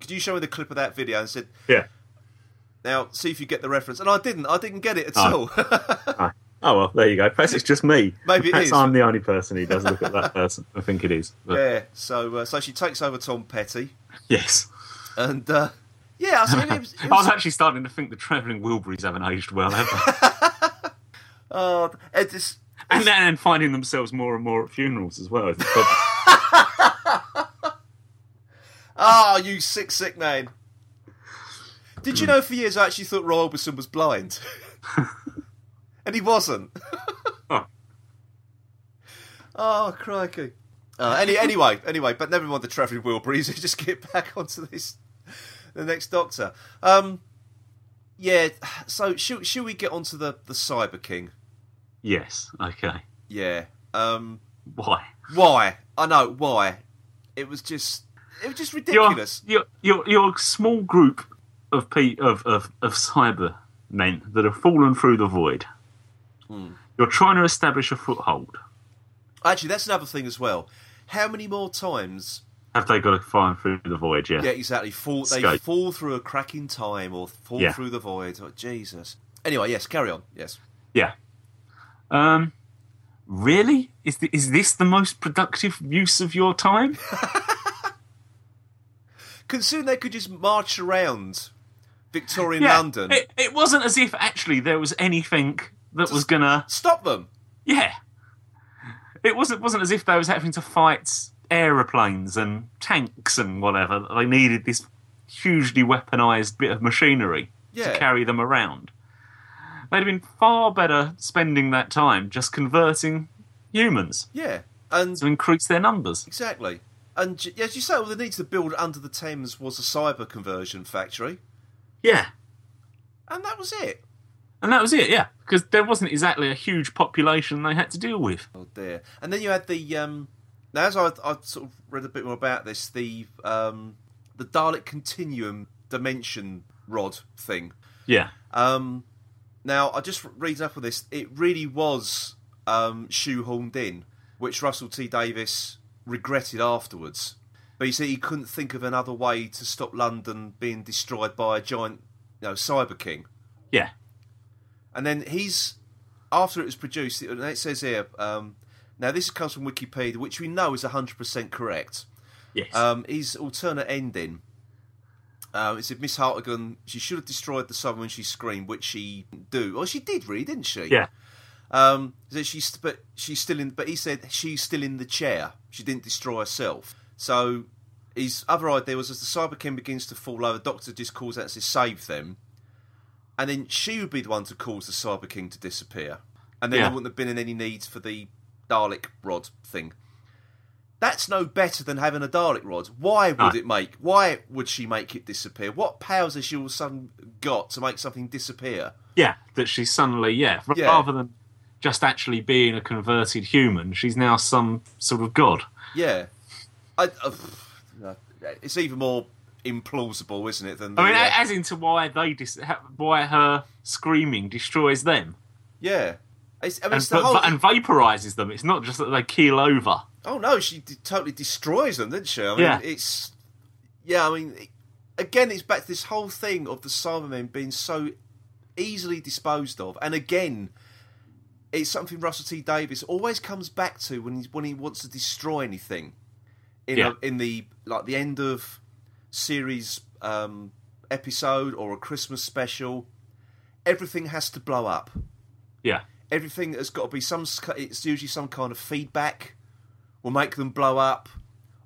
S1: Could you show me the clip of that video and said
S2: Yeah.
S1: now see if you get the reference? And I didn't. I didn't get it at
S2: Oh.
S1: all.
S2: Ah. Oh well, there you go. Perhaps it's just me.
S1: Maybe it
S2: Perhaps
S1: is.
S2: I'm the only person who does look at that person. I think it is. But
S1: Yeah, so uh, so she takes over Tom Petty,
S2: Yes.
S1: and uh, yeah, I mean, it was,
S2: I
S1: it
S2: was
S1: was,
S2: actually starting to think the travelling Wilburys haven't aged well, have
S1: uh, it just,
S2: they? and then and finding themselves more and more at funerals as well. is the problem.
S1: ah, you sick, sick man. Did you know for years I actually thought Roy Orbison was blind, and he wasn't.
S2: Oh.
S1: oh crikey! Uh, any anyway, anyway, but never mind the travelling Wilburys. We just get back onto this, the next Doctor. Um, yeah, so should should we get onto the the Cyber King?
S2: yes. Okay.
S1: Yeah. Um,
S2: Why?
S1: why? I know why. It was just, it was just
S2: Your,
S1: ridiculous.
S2: your your your small group of pe- of of of cyber men that have fallen through the void.
S1: Hmm.
S2: You're trying to establish a foothold.
S1: Actually, that's another thing as well. How many more times?
S2: Have they got to find through the void? Yeah.
S1: Yeah, exactly. Fall, they
S2: Escape.
S1: fall through a crack in time, or fall
S2: Yeah.
S1: through the void. Oh, Jesus. Anyway, yes, carry on. Yes.
S2: Yeah. Um. Really? Is th- is this the most productive use of your time?
S1: Considering they could just march around Victorian London,
S2: It, it wasn't as if actually there was anything that was gonna.
S1: stop them.
S2: Yeah. It wasn't wasn't as if they was having to fight aeroplanes and tanks and whatever. They needed this hugely weaponized bit of machinery
S1: Yeah.
S2: to carry them around. They'd have been far better spending that time just converting humans
S1: Yeah, and
S2: to increase their numbers.
S1: exactly. And j- as you say, all they needed to build under the Thames was a cyber conversion factory,
S2: Yeah.
S1: and that was it.
S2: And that was it, yeah. Because there wasn't exactly a huge population they had to deal with.
S1: Oh dear! And then you had the um, now as I I sort of read a bit more about this, the um, the Dalek continuum dimension rod thing.
S2: Yeah.
S1: Um, now I just reading up on this, it really was um, shoehorned in, which Russell T Davis regretted afterwards. But he said he couldn't think of another way to stop London being destroyed by a giant, you know, cyber king.
S2: Yeah.
S1: And then he's after it was produced, it, and it says here. Um, now this comes from Wikipedia, which we know is hundred percent correct.
S2: Yes.
S1: Um, his alternate ending. Um, it said Miss Hartigan, she should have destroyed the sun when she screamed, which she do. Well, she did really, didn't she?
S2: yeah.
S1: Um, it said she's but she's still in. But he said she's still in the chair. She didn't destroy herself. So his other idea was as the cyberkin begins to fall over, Doctor just calls out and says, "Save them," and then she would be the one to cause the cyberkin to disappear, and then
S2: Yeah.
S1: there wouldn't have been any need for the Dalek rod thing. That's no better than having a Dalek rod. Why would
S2: No.
S1: it make? Why would she make it disappear? What powers has she all of a sudden got to make something disappear?
S2: Yeah, that she's suddenly yeah, r-
S1: Yeah.
S2: rather than just actually being a converted human, she's now some sort of god.
S1: Yeah, I, uh, no. it's even more implausible, isn't it? Than the,
S2: I mean,
S1: uh,
S2: a as into why they dis- ha- why her screaming destroys them
S1: yeah. It's, I mean,
S2: and,
S1: it's the whole.
S2: va- and vaporizes them. It's not just that they keel over.
S1: Oh no, she d- totally destroys them, didn't she? I mean,
S2: Yeah.
S1: it's yeah. I mean, it, again, it's back to this whole thing of the Cybermen being so easily disposed of, and again, it's something Russell T Davis always comes back to when he when he wants to destroy anything. In
S2: Yeah.
S1: a, in the like the end of series um, episode or a Christmas special, everything has to blow up
S2: Yeah,
S1: everything has got to be some. sc- It's usually some kind of feedback will make them blow up,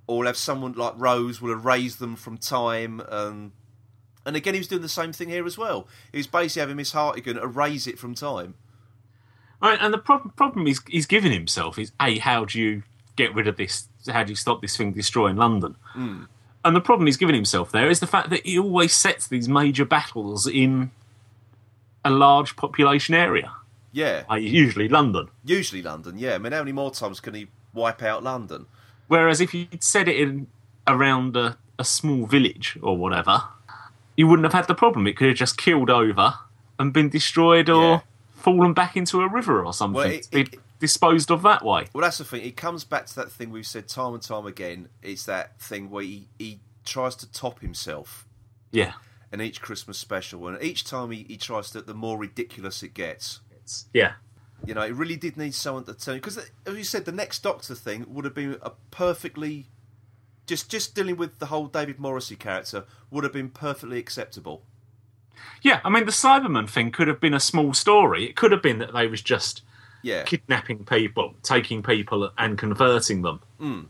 S1: or have someone like Rose will erase them from time. And and again, he was doing the same thing here as well. He was basically having Miss Hartigan erase it from time.
S2: I mean, and the problem problem he's he's given himself is a how do you get rid of this? How do you stop this thing destroying London?
S1: Hmm.
S2: And the problem he's given himself there is the fact that he always sets these major battles in a large population area,
S1: Yeah,
S2: i.e., usually London.
S1: usually London. Yeah, I mean, how many more times can he wipe out London?
S2: Whereas if you'd said it in around a, a small village or whatever, you wouldn't have had the problem. It could have just killed over and been destroyed or
S1: Yeah.
S2: fallen back into a river or something.
S1: Well, it-
S2: to be
S1: it-
S2: disposed of that way.
S1: Well, that's the thing. It comes back to that thing we've said time and time again. It's that thing where he, he tries to top himself
S2: Yeah.
S1: in each Christmas special, and each time he, he tries to, the more ridiculous it gets.
S2: It's, yeah.
S1: You know, it really did need someone to turn because, as you said, the next Doctor thing would have been a perfectly just just dealing with the whole David Morrissey character would have been perfectly acceptable.
S2: Yeah, I mean, the Cyberman thing could have been a small story. It could have been that they was just
S1: Yeah,
S2: kidnapping people, taking people and converting them.
S1: Hmm.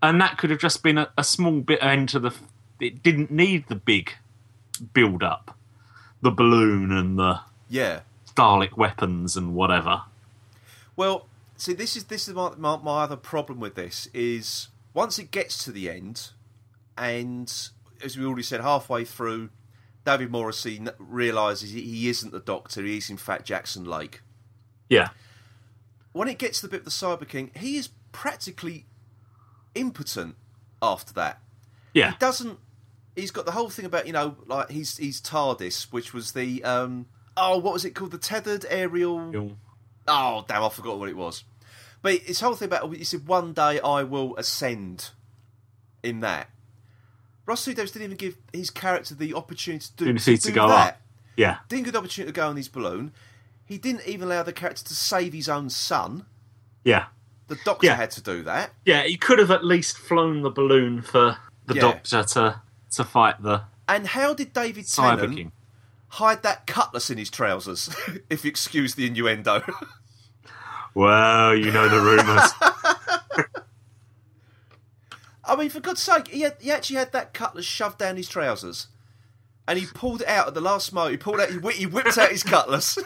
S2: And that could have just been a, a small bit end to the. f- It didn't need the big build up, the balloon and the
S1: yeah.
S2: Dalek weapons and whatever.
S1: Well, see, this is this is my, my my other problem with this is once it gets to the end, and as we already said, halfway through, David Morrissey n- realizes he- he isn't the Doctor; he is in fact Jackson Lake.
S2: Yeah.
S1: when it gets to the bit of the Cyber King, he is practically impotent after that.
S2: Yeah.
S1: He doesn't. He's got the whole thing about you know like he's he's TARDIS, which was the um oh what was it called the tethered aerial oh damn I forgot what it was, but his whole thing about he said one day I will ascend in that. Ross Davis didn't even give his character the opportunity to do,
S2: Opportunity
S1: to
S2: to
S1: do
S2: go
S1: that.
S2: up. Yeah.
S1: Didn't get the opportunity to go on his balloon. He didn't even allow the character to save his own son.
S2: Yeah.
S1: The doctor
S2: Yeah.
S1: had to do that.
S2: Yeah, he could have at least flown the balloon for the
S1: Yeah.
S2: doctor to to fight the
S1: And how did David
S2: Cyber
S1: Tennant
S2: King.
S1: hide that cutlass in his trousers? if you excuse the innuendo.
S2: Well, you know the rumours.
S1: I mean, for God's sake, he, had, he actually had that cutlass shoved down his trousers. And he pulled it out at the last moment. He pulled out, he, whi- he whipped out his cutlass.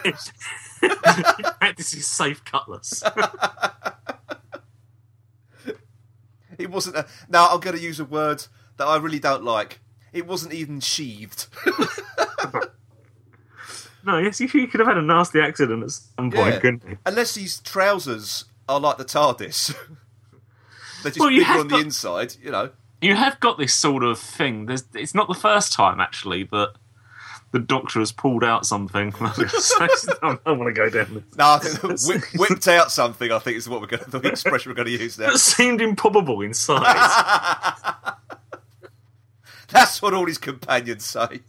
S2: Practice is safe cutlass.
S1: It wasn't a. Now, I'm going to use a word that I really don't like. It wasn't even sheathed.
S2: no, yes, you could have had a nasty accident at some point,
S1: Yeah.
S2: couldn't you?
S1: Unless these trousers are like the TARDIS. They're just
S2: Well, you
S1: bigger
S2: have
S1: on the
S2: got-
S1: inside, you know.
S2: You have got this sort of thing. There's, it's not the first time actually that the doctor has pulled out something. I don't want to go down this.
S1: No, I think whip, whipped out something. I think is what we're going to the expression we're going to use now.
S2: That seemed improbable in size.
S1: That's what all his companions say.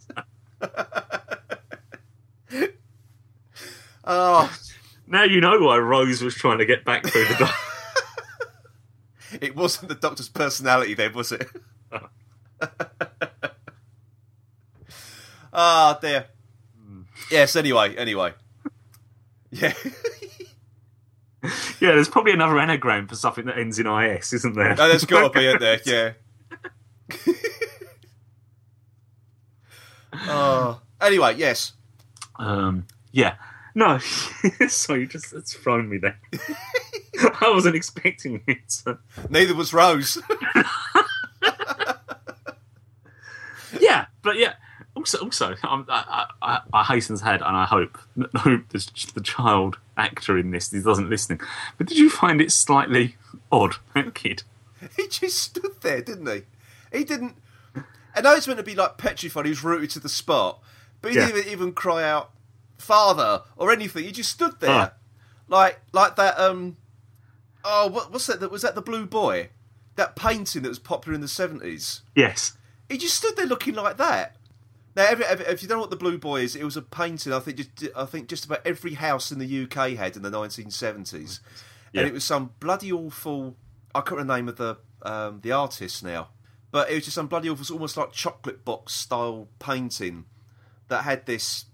S1: oh,
S2: now you know why Rose was trying to get back through the door.
S1: it wasn't the Doctor's personality then, was it? Ah dear. Yes. Anyway. Anyway. Yeah.
S2: yeah, there's probably another anagram for something that ends in is, isn't there?
S1: No, there's got to be in there. Yeah. oh. Anyway. Yes.
S2: Um, yeah. No, so you just it's thrown me there. I wasn't expecting it.
S1: Neither was Rose.
S2: yeah, but yeah. Also, also, um, I, I, I- I hasten to add, and I hope, I hope this, the child actor in this he doesn't listening. But did you find it slightly odd, that kid?
S1: he just stood there, didn't he? He didn't. I know it's meant to be like petrified. He was rooted to the spot, but he
S2: Yeah.
S1: didn't even cry out "father" or anything. He just stood there,
S2: Ah.
S1: like like that. Um, oh, what, what's that? That was that the blue boy, that painting that was popular in the seventies.
S2: Yes.
S1: He just stood there looking like that. Now, every, every, if you don't know what the Blue Boy is, it was a painting. I think just I think just about every house in the UK had in the 1970s,
S2: Yeah.
S1: and it was some bloody awful. I can't remember the name of the um, the artist now, but it was just some bloody awful, almost like chocolate box style painting that had this.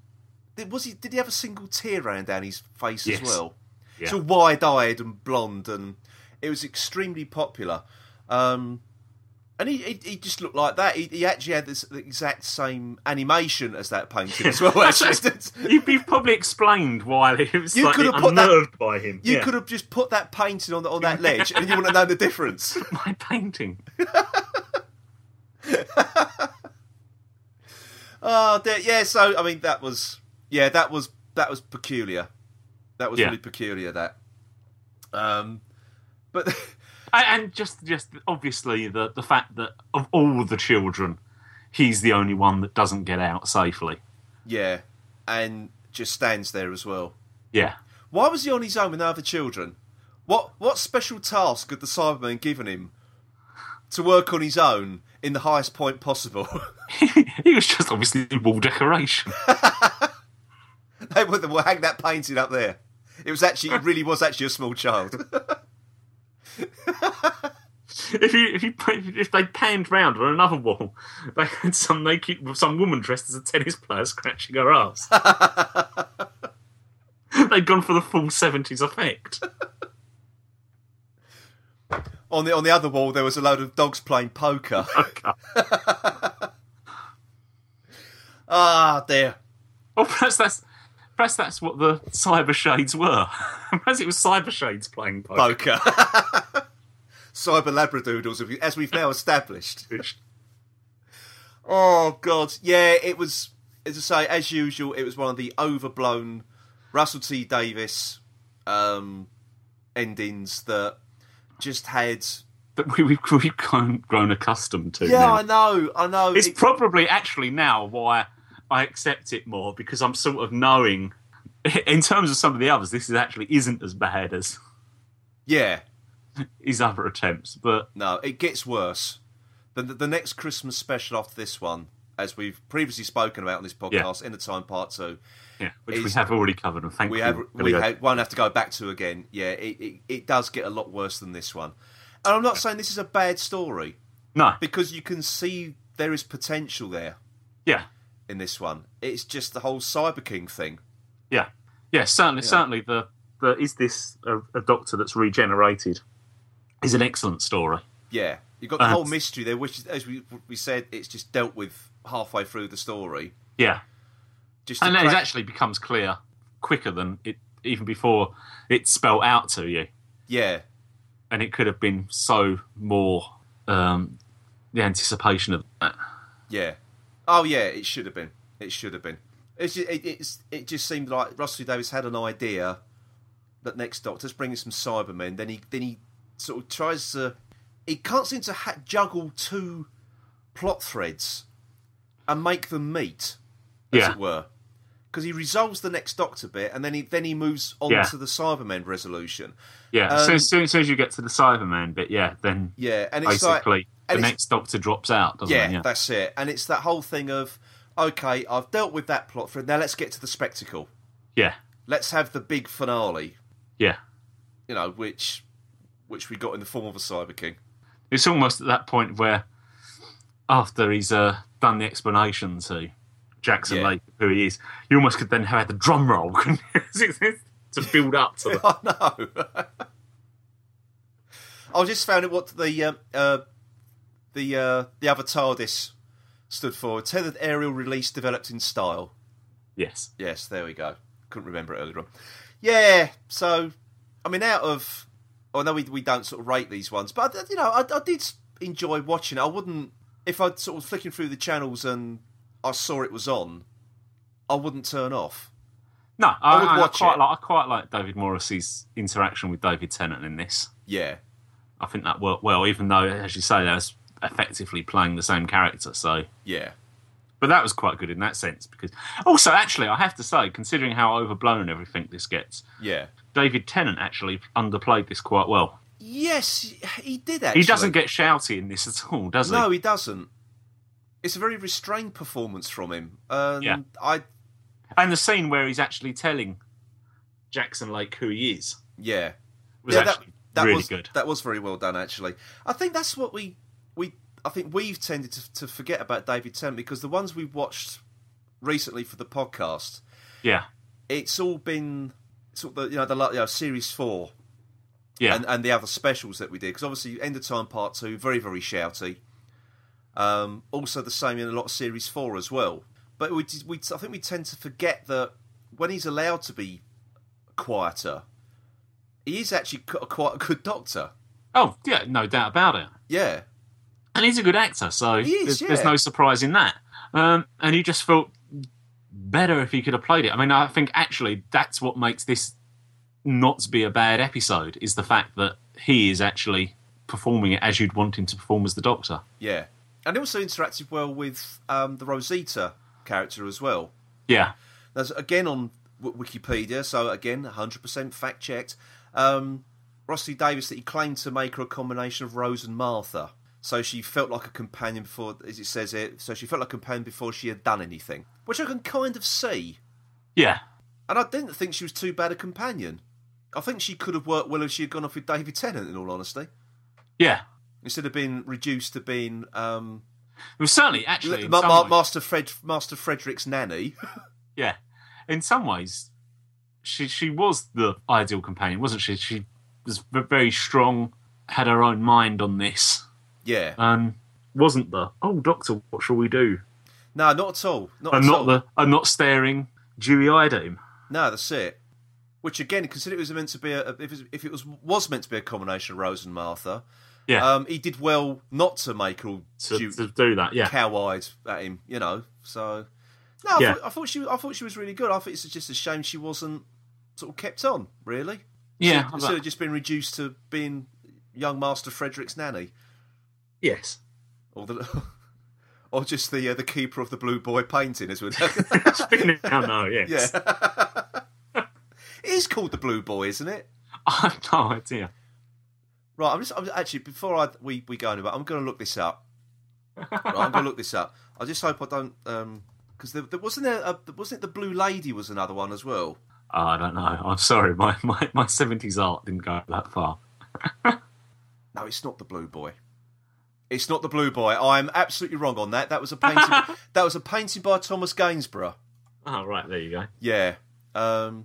S1: did- Was he? Did he have a single tear running down his face
S2: Yes.
S1: as well?
S2: Yeah.
S1: It's all wide eyed and blonde, and it was extremely popular. Um, and he, he, he just looked like that. He, he actually had this, the exact same animation as that painting as well. Actually,
S2: you, you've probably explained why he was
S1: You
S2: slightly
S1: could have put that-
S2: unnerved by him.
S1: you
S2: Yeah.
S1: could have just put that painting on, the, on that ledge, and you wouldn't have known the difference.
S2: My painting.
S1: Oh, dear. yeah. So I mean, that was yeah, that was that was peculiar. That was
S2: Yeah.
S1: really peculiar. That. Um, but
S2: I, and just, just obviously the the fact that of all the children, he's the only one that doesn't get out safely.
S1: yeah, and just stands there as well.
S2: Yeah.
S1: Why was he on his own with no other children? What what special task had the Cyberman given him to work on his own in the highest point possible?
S2: he was just obviously wall decoration.
S1: they would we'll hang that painting up there. It was actually it really was actually a small child.
S2: if you if you if they panned round on another wall, they had some naked some woman dressed as a tennis player scratching her ass. They'd gone for the full seventies effect.
S1: on the on the other wall there was a load of dogs playing poker. Ah dear.
S2: Or perhaps that's perhaps that's what the cyber shades were. perhaps it was cyber shades playing poker.
S1: Poker. Cyber labradoodles as we've now established.
S2: which-
S1: Oh god, yeah, it was. As I say, as usual, it was one of the overblown Russell T Davis um, endings that just had.
S2: That we, we've, we've grown, grown accustomed to.
S1: Yeah,
S2: now.
S1: I know, I know.
S2: It's
S1: It-
S2: probably actually now why I accept it more because I'm sort of knowing, in terms of some of the others, this is actually isn't as bad as
S1: yeah,
S2: his other attempts. But
S1: no, it gets worse. The, the, the next Christmas special after this one, as we've previously spoken about on this podcast, Inner Time Part Two,
S2: yeah, which we
S1: It's-
S2: have already covered, and thank
S1: we
S2: you.
S1: have
S2: Gotta
S1: we
S2: go.
S1: ha won't have to go back to again. Yeah, it, it it does get a lot worse than this one. And I'm not saying this is a bad story.
S2: no,
S1: because you can see there is potential there
S2: yeah,
S1: in this one. It's just the whole Cyber King thing.
S2: yeah, yeah. Certainly, certainly. The, the is this a, a doctor that's regenerated? Is an excellent story.
S1: Yeah, you've got the
S2: Uh,
S1: whole mystery there, which, is, as we we said, it's just dealt with halfway through the story.
S2: Yeah,
S1: Just to
S2: and then it
S1: crack-
S2: actually becomes clear quicker than it even before it's spelled out to you.
S1: yeah,
S2: and it could have been so more um, the anticipation of that.
S1: yeah. Oh yeah, it should have been. It should have been. It's just, it, it's it just seemed like Russell Davis had an idea that next Doctor's bringing some Cybermen. Then he then he sort of tries to. He can't seem to ha- juggle two plot threads and make them meet. as
S2: Yeah,
S1: it were. Because he resolves the next Doctor bit, and then he then he moves on
S2: Yeah.
S1: to the Cybermen resolution.
S2: yeah. as,
S1: Um,
S2: soon, as, soon, as soon as you get to the Cyberman bit, yeah, then
S1: Yeah, and it's like,
S2: basically
S1: and
S2: the
S1: it's-
S2: next Doctor drops out, doesn't
S1: yeah,
S2: it? Yeah,
S1: that's it. And it's that whole thing of, okay, I've dealt with that plot thread. Now let's get to the spectacle.
S2: yeah,
S1: Let's have the big finale.
S2: yeah.
S1: You know, which which we got in the form of a Cyber King.
S2: It's almost at that point where after he's uh, done the explanation to Jackson
S1: Yeah.
S2: Lake who he is, you almost could then have had the drum roll couldn't you? to build up to that.
S1: I know. I just found it what the um, uh, the uh, the other TARDIS stood for. Tethered aerial release developed in style.
S2: Yes,
S1: Yes, there we go. Couldn't remember it earlier on. Yeah, so I mean, out of I know we we don't sort of rate these ones, but I, you know, I, I did enjoy watching it. I wouldn't if I'd sort of flicking through the channels and I saw it was on, I wouldn't turn off.
S2: No, I,
S1: would
S2: I- I
S1: watch
S2: quite
S1: it.
S2: like. I quite like David Morrissey's interaction with David Tennant in this.
S1: Yeah,
S2: I think that worked well, even though, as you say, they was effectively playing the same character. So,
S1: yeah,
S2: but that was quite good in that sense. Because also, actually, I have to say, considering how overblown everything this gets,
S1: yeah.
S2: David Tennant actually underplayed this quite well.
S1: Yes, he did actually.
S2: He doesn't get shouty in this at all, does he?
S1: No, he doesn't. It's a very restrained performance from him. Um,
S2: Yeah.
S1: I
S2: And the scene where he's actually telling Jackson Lake who he is
S1: yeah.
S2: was
S1: yeah,
S2: actually really
S1: was,
S2: good.
S1: That was very well done, actually. I think that's what we we I think we've tended to, to forget about David Tennant because the ones we watched recently for the podcast,
S2: yeah,
S1: it's all been sort of the, you know the like, you know, series four
S2: yeah,
S1: and, uh, and the other specials that we did because obviously End of Time Part Two very very shouty. Um, also the same in a lot of Series Four as well. But we did- we I think we tend to forget that when he's allowed to be quieter, he is actually qu- quite a good doctor.
S2: oh yeah, no doubt about it.
S1: Yeah,
S2: and he's a good actor, so
S1: He is,
S2: there's, there's
S1: yeah.
S2: no surprise in that. Um, and he just felt better if he could have played it. I mean, I think actually that's what makes this not be a bad episode is the fact that he is actually performing it as you'd want him to perform as the Doctor.
S1: yeah, and he also interacted well with um, the Rosita character as well.
S2: Yeah,
S1: That's again on w- Wikipedia, so again, 100% fact checked. Um, Rossi Davis that he claimed to make her a combination of Rose and Martha. So she felt like a companion before, as it says it, so she felt like a companion before she had done anything, which I can kind of see.
S2: yeah,
S1: And I didn't think she was too bad a companion. I think she could have worked well if she had gone off with David Tennant, in all honesty,
S2: yeah.
S1: instead of being reduced to being um,
S2: Well, certainly, actually, in
S1: Ma-
S2: some
S1: Ma-
S2: ways-
S1: Master Fred, Master Frederick's nanny.
S2: yeah, in some ways, she she was the ideal companion, wasn't she? She was v- very strong, had her own mind on this.
S1: yeah,
S2: Um, wasn't the oh Doctor, what shall we do?
S1: no, not at all. Not
S2: and
S1: at
S2: Uh, not
S1: all.
S2: the and not staring dewy eyed at him.
S1: No, that's it. Which again, consider it was meant to be a if it was, if it was was meant to be a combination of Rose and Martha.
S2: Yeah,
S1: Um, he did well not to make all
S2: to,
S1: ju-
S2: to do that. Yeah,
S1: cow-eyed at him, you know. So no, I,
S2: Yeah.
S1: thought, I thought she I thought she was really good. I think it's just a shame she wasn't sort of kept on really.
S2: yeah,
S1: Instead of just being reduced to being young Master Frederick's nanny
S2: yes.
S1: or the or just the uh, the keeper of the blue boy painting as we
S2: Speaking of- no, no, yes.
S1: yeah. it is called the blue boy, isn't it?
S2: I have no idea.
S1: Right, I'm just I'm actually before I we we go on about, I'm going to look this up. Right, I'm going to look this up. I just hope I don't um because there, there wasn't there a, wasn't the Blue Lady was another one as well.
S2: Oh, I don't know. I'm sorry. My my my seventies art didn't go that far.
S1: No, it's not the Blue Boy. It's not the Blue Boy. I'm absolutely wrong on that. That was a painting. that was a painting by Thomas Gainsborough.
S2: Oh right, there you go.
S1: Yeah. Um.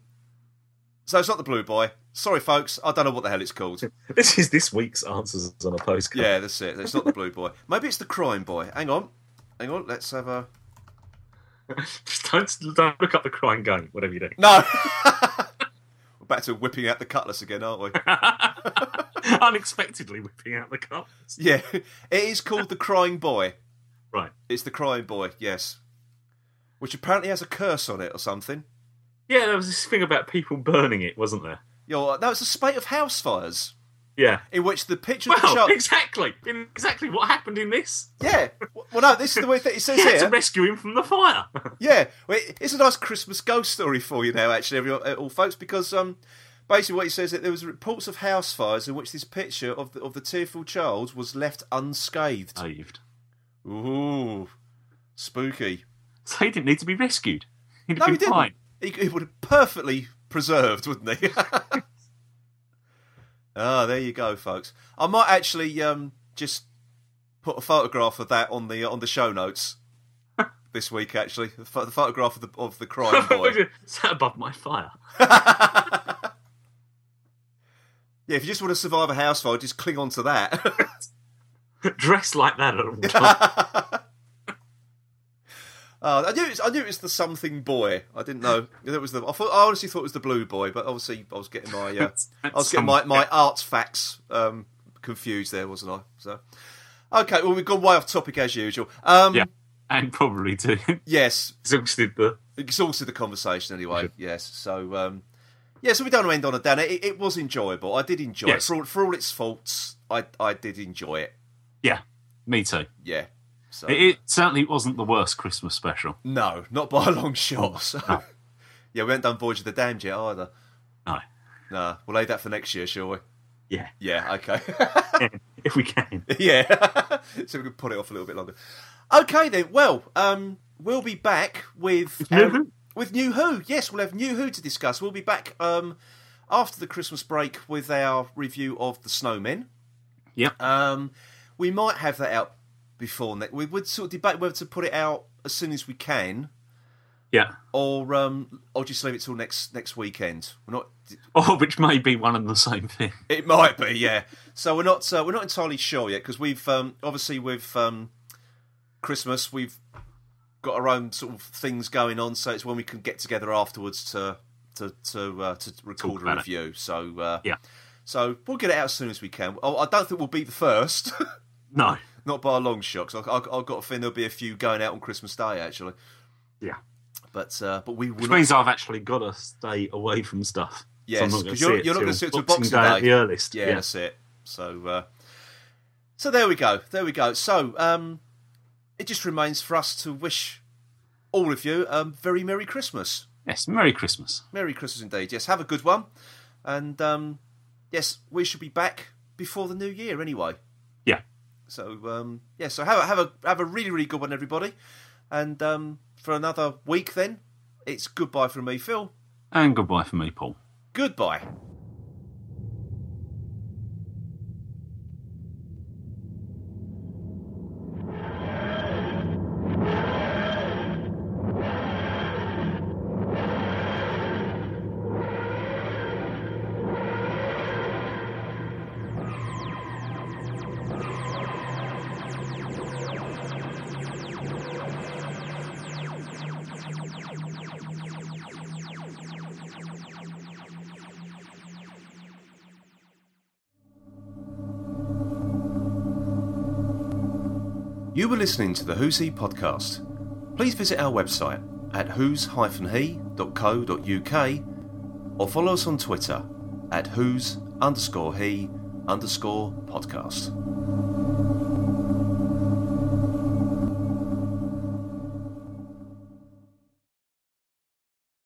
S1: So it's not the Blue Boy. Sorry, folks. I don't know what the hell it's called.
S2: This is this week's answers on a postcard.
S1: Yeah, that's it. It's not the Blue Boy. Maybe it's the Crime Boy. Hang on. Hang on. Let's have a.
S2: Just don't don't look up the crying game. Whatever you do.
S1: No. We're back to whipping out the cutlass again, aren't we?
S2: Unexpectedly whipping out the cards.
S1: yeah. It is called the Crying Boy.
S2: Right.
S1: It's the Crying Boy, yes. Which apparently has a curse on it or something.
S2: Yeah, there was this thing about people burning it, wasn't there?
S1: You know, that was a spate of house fires
S2: Yeah.
S1: in which the picture of the
S2: Well,
S1: child.
S2: exactly. In, exactly what happened in this.
S1: Yeah. Well, no, this is the way that it says
S2: He had to
S1: here.
S2: rescue him from the fire.
S1: Yeah. Well, it- it's a nice Christmas ghost story for you now, actually, everyone, uh, all folks, because um, basically what it says is that there was reports of house fires in which this picture of the, of the tearful child was left unscathed.
S2: Saved.
S1: Ooh, spooky.
S2: So he didn't need to be rescued. He'd
S1: No, he
S2: have been
S1: didn't.
S2: fine.
S1: He, he would have perfectly preserved, wouldn't he? ah, there you go, folks. I might actually um, just put a photograph of that on the uh, on the show notes this week. Actually, the, pho- the photograph of the of the crime boy.
S2: Sat above my fire.
S1: Yeah, if you just want to survive a house fire, just cling on to that.
S2: Dressed like that at all times.
S1: Uh, I knew it was, I knew it was the something boy. I didn't know it was the. I, thought, I honestly thought it was the blue boy, but obviously I was getting my uh,
S2: It's-
S1: I
S2: it's
S1: was getting my
S2: something.
S1: my arts facts um, confused there, wasn't I? So okay, well we've gone way off topic as usual. Um,
S2: Yeah, and probably too
S1: Yes,
S2: exhausted the
S1: exhausted the conversation anyway. Yes, so um, yeah, so we don't want to end on a downer. It, it was enjoyable. I did enjoy
S2: Yes.
S1: it for all, for all its faults. I I did enjoy it.
S2: yeah. Me too.
S1: Yeah. So
S2: It, it certainly wasn't the worst Christmas special.
S1: no, not by a long shot. So yeah, we haven't done Voyage of the Damned yet either.
S2: No.
S1: Nah, we'll leave that for next year, shall we?
S2: Yeah.
S1: Yeah, okay.
S2: If we can.
S1: yeah. so we can put it off a little bit longer. Okay then, well, um, we'll be back with um,
S2: New Who?
S1: with New Who. Yes, we'll have New Who to discuss. We'll be back um, after the Christmas break with our review of The Snowmen.
S2: Yep.
S1: Um, we might have that out before next. We would sort of debate whether to put it out as soon as we can
S2: yeah.
S1: or um, or just leave it till next next weekend. We're not
S2: Or Oh, which may be one and the same thing.
S1: It might be, yeah. So we're not uh, we're not entirely sure yet because we've um, obviously with um, Christmas we've got our own sort of things going on, so it's when we can get together afterwards to to to, uh, to record a
S2: about it.
S1: review. So uh,
S2: Yeah.
S1: so we'll get it out as soon as we can. Oh, I don't think we'll be the first,
S2: No.
S1: not by a long shot. 'cause I, I, I've got a feeling there'll be a few going out on Christmas Day actually,
S2: Yeah.
S1: but uh, but we will.
S2: Which
S1: Not,
S2: means I've actually got to stay away from stuff.
S1: Yes,
S2: I'm not gonna
S1: 'cause you're-
S2: it
S1: you're not gonna
S2: till
S1: see it till Boxing
S2: Day at
S1: Day.
S2: the earliest.
S1: yeah,
S2: Yeah.
S1: that's it. So uh, so there we go, there we go. So um, it just remains for us to wish all of you a very merry Christmas.
S2: Yes. Merry Christmas.
S1: Merry Christmas indeed. Yes, have a good one, and um, yes, we should be back before the new year anyway.
S2: Yeah.
S1: So um, yeah, so have a, have a have a really really good one, everybody, and um, for another week then, it's goodbye from me, Phil.
S2: And goodbye for me, Paul.
S1: Goodbye. You were listening to the Who's He podcast. Please visit our website at who's-he.co.uk or follow us on Twitter at who's underscore he underscore podcast.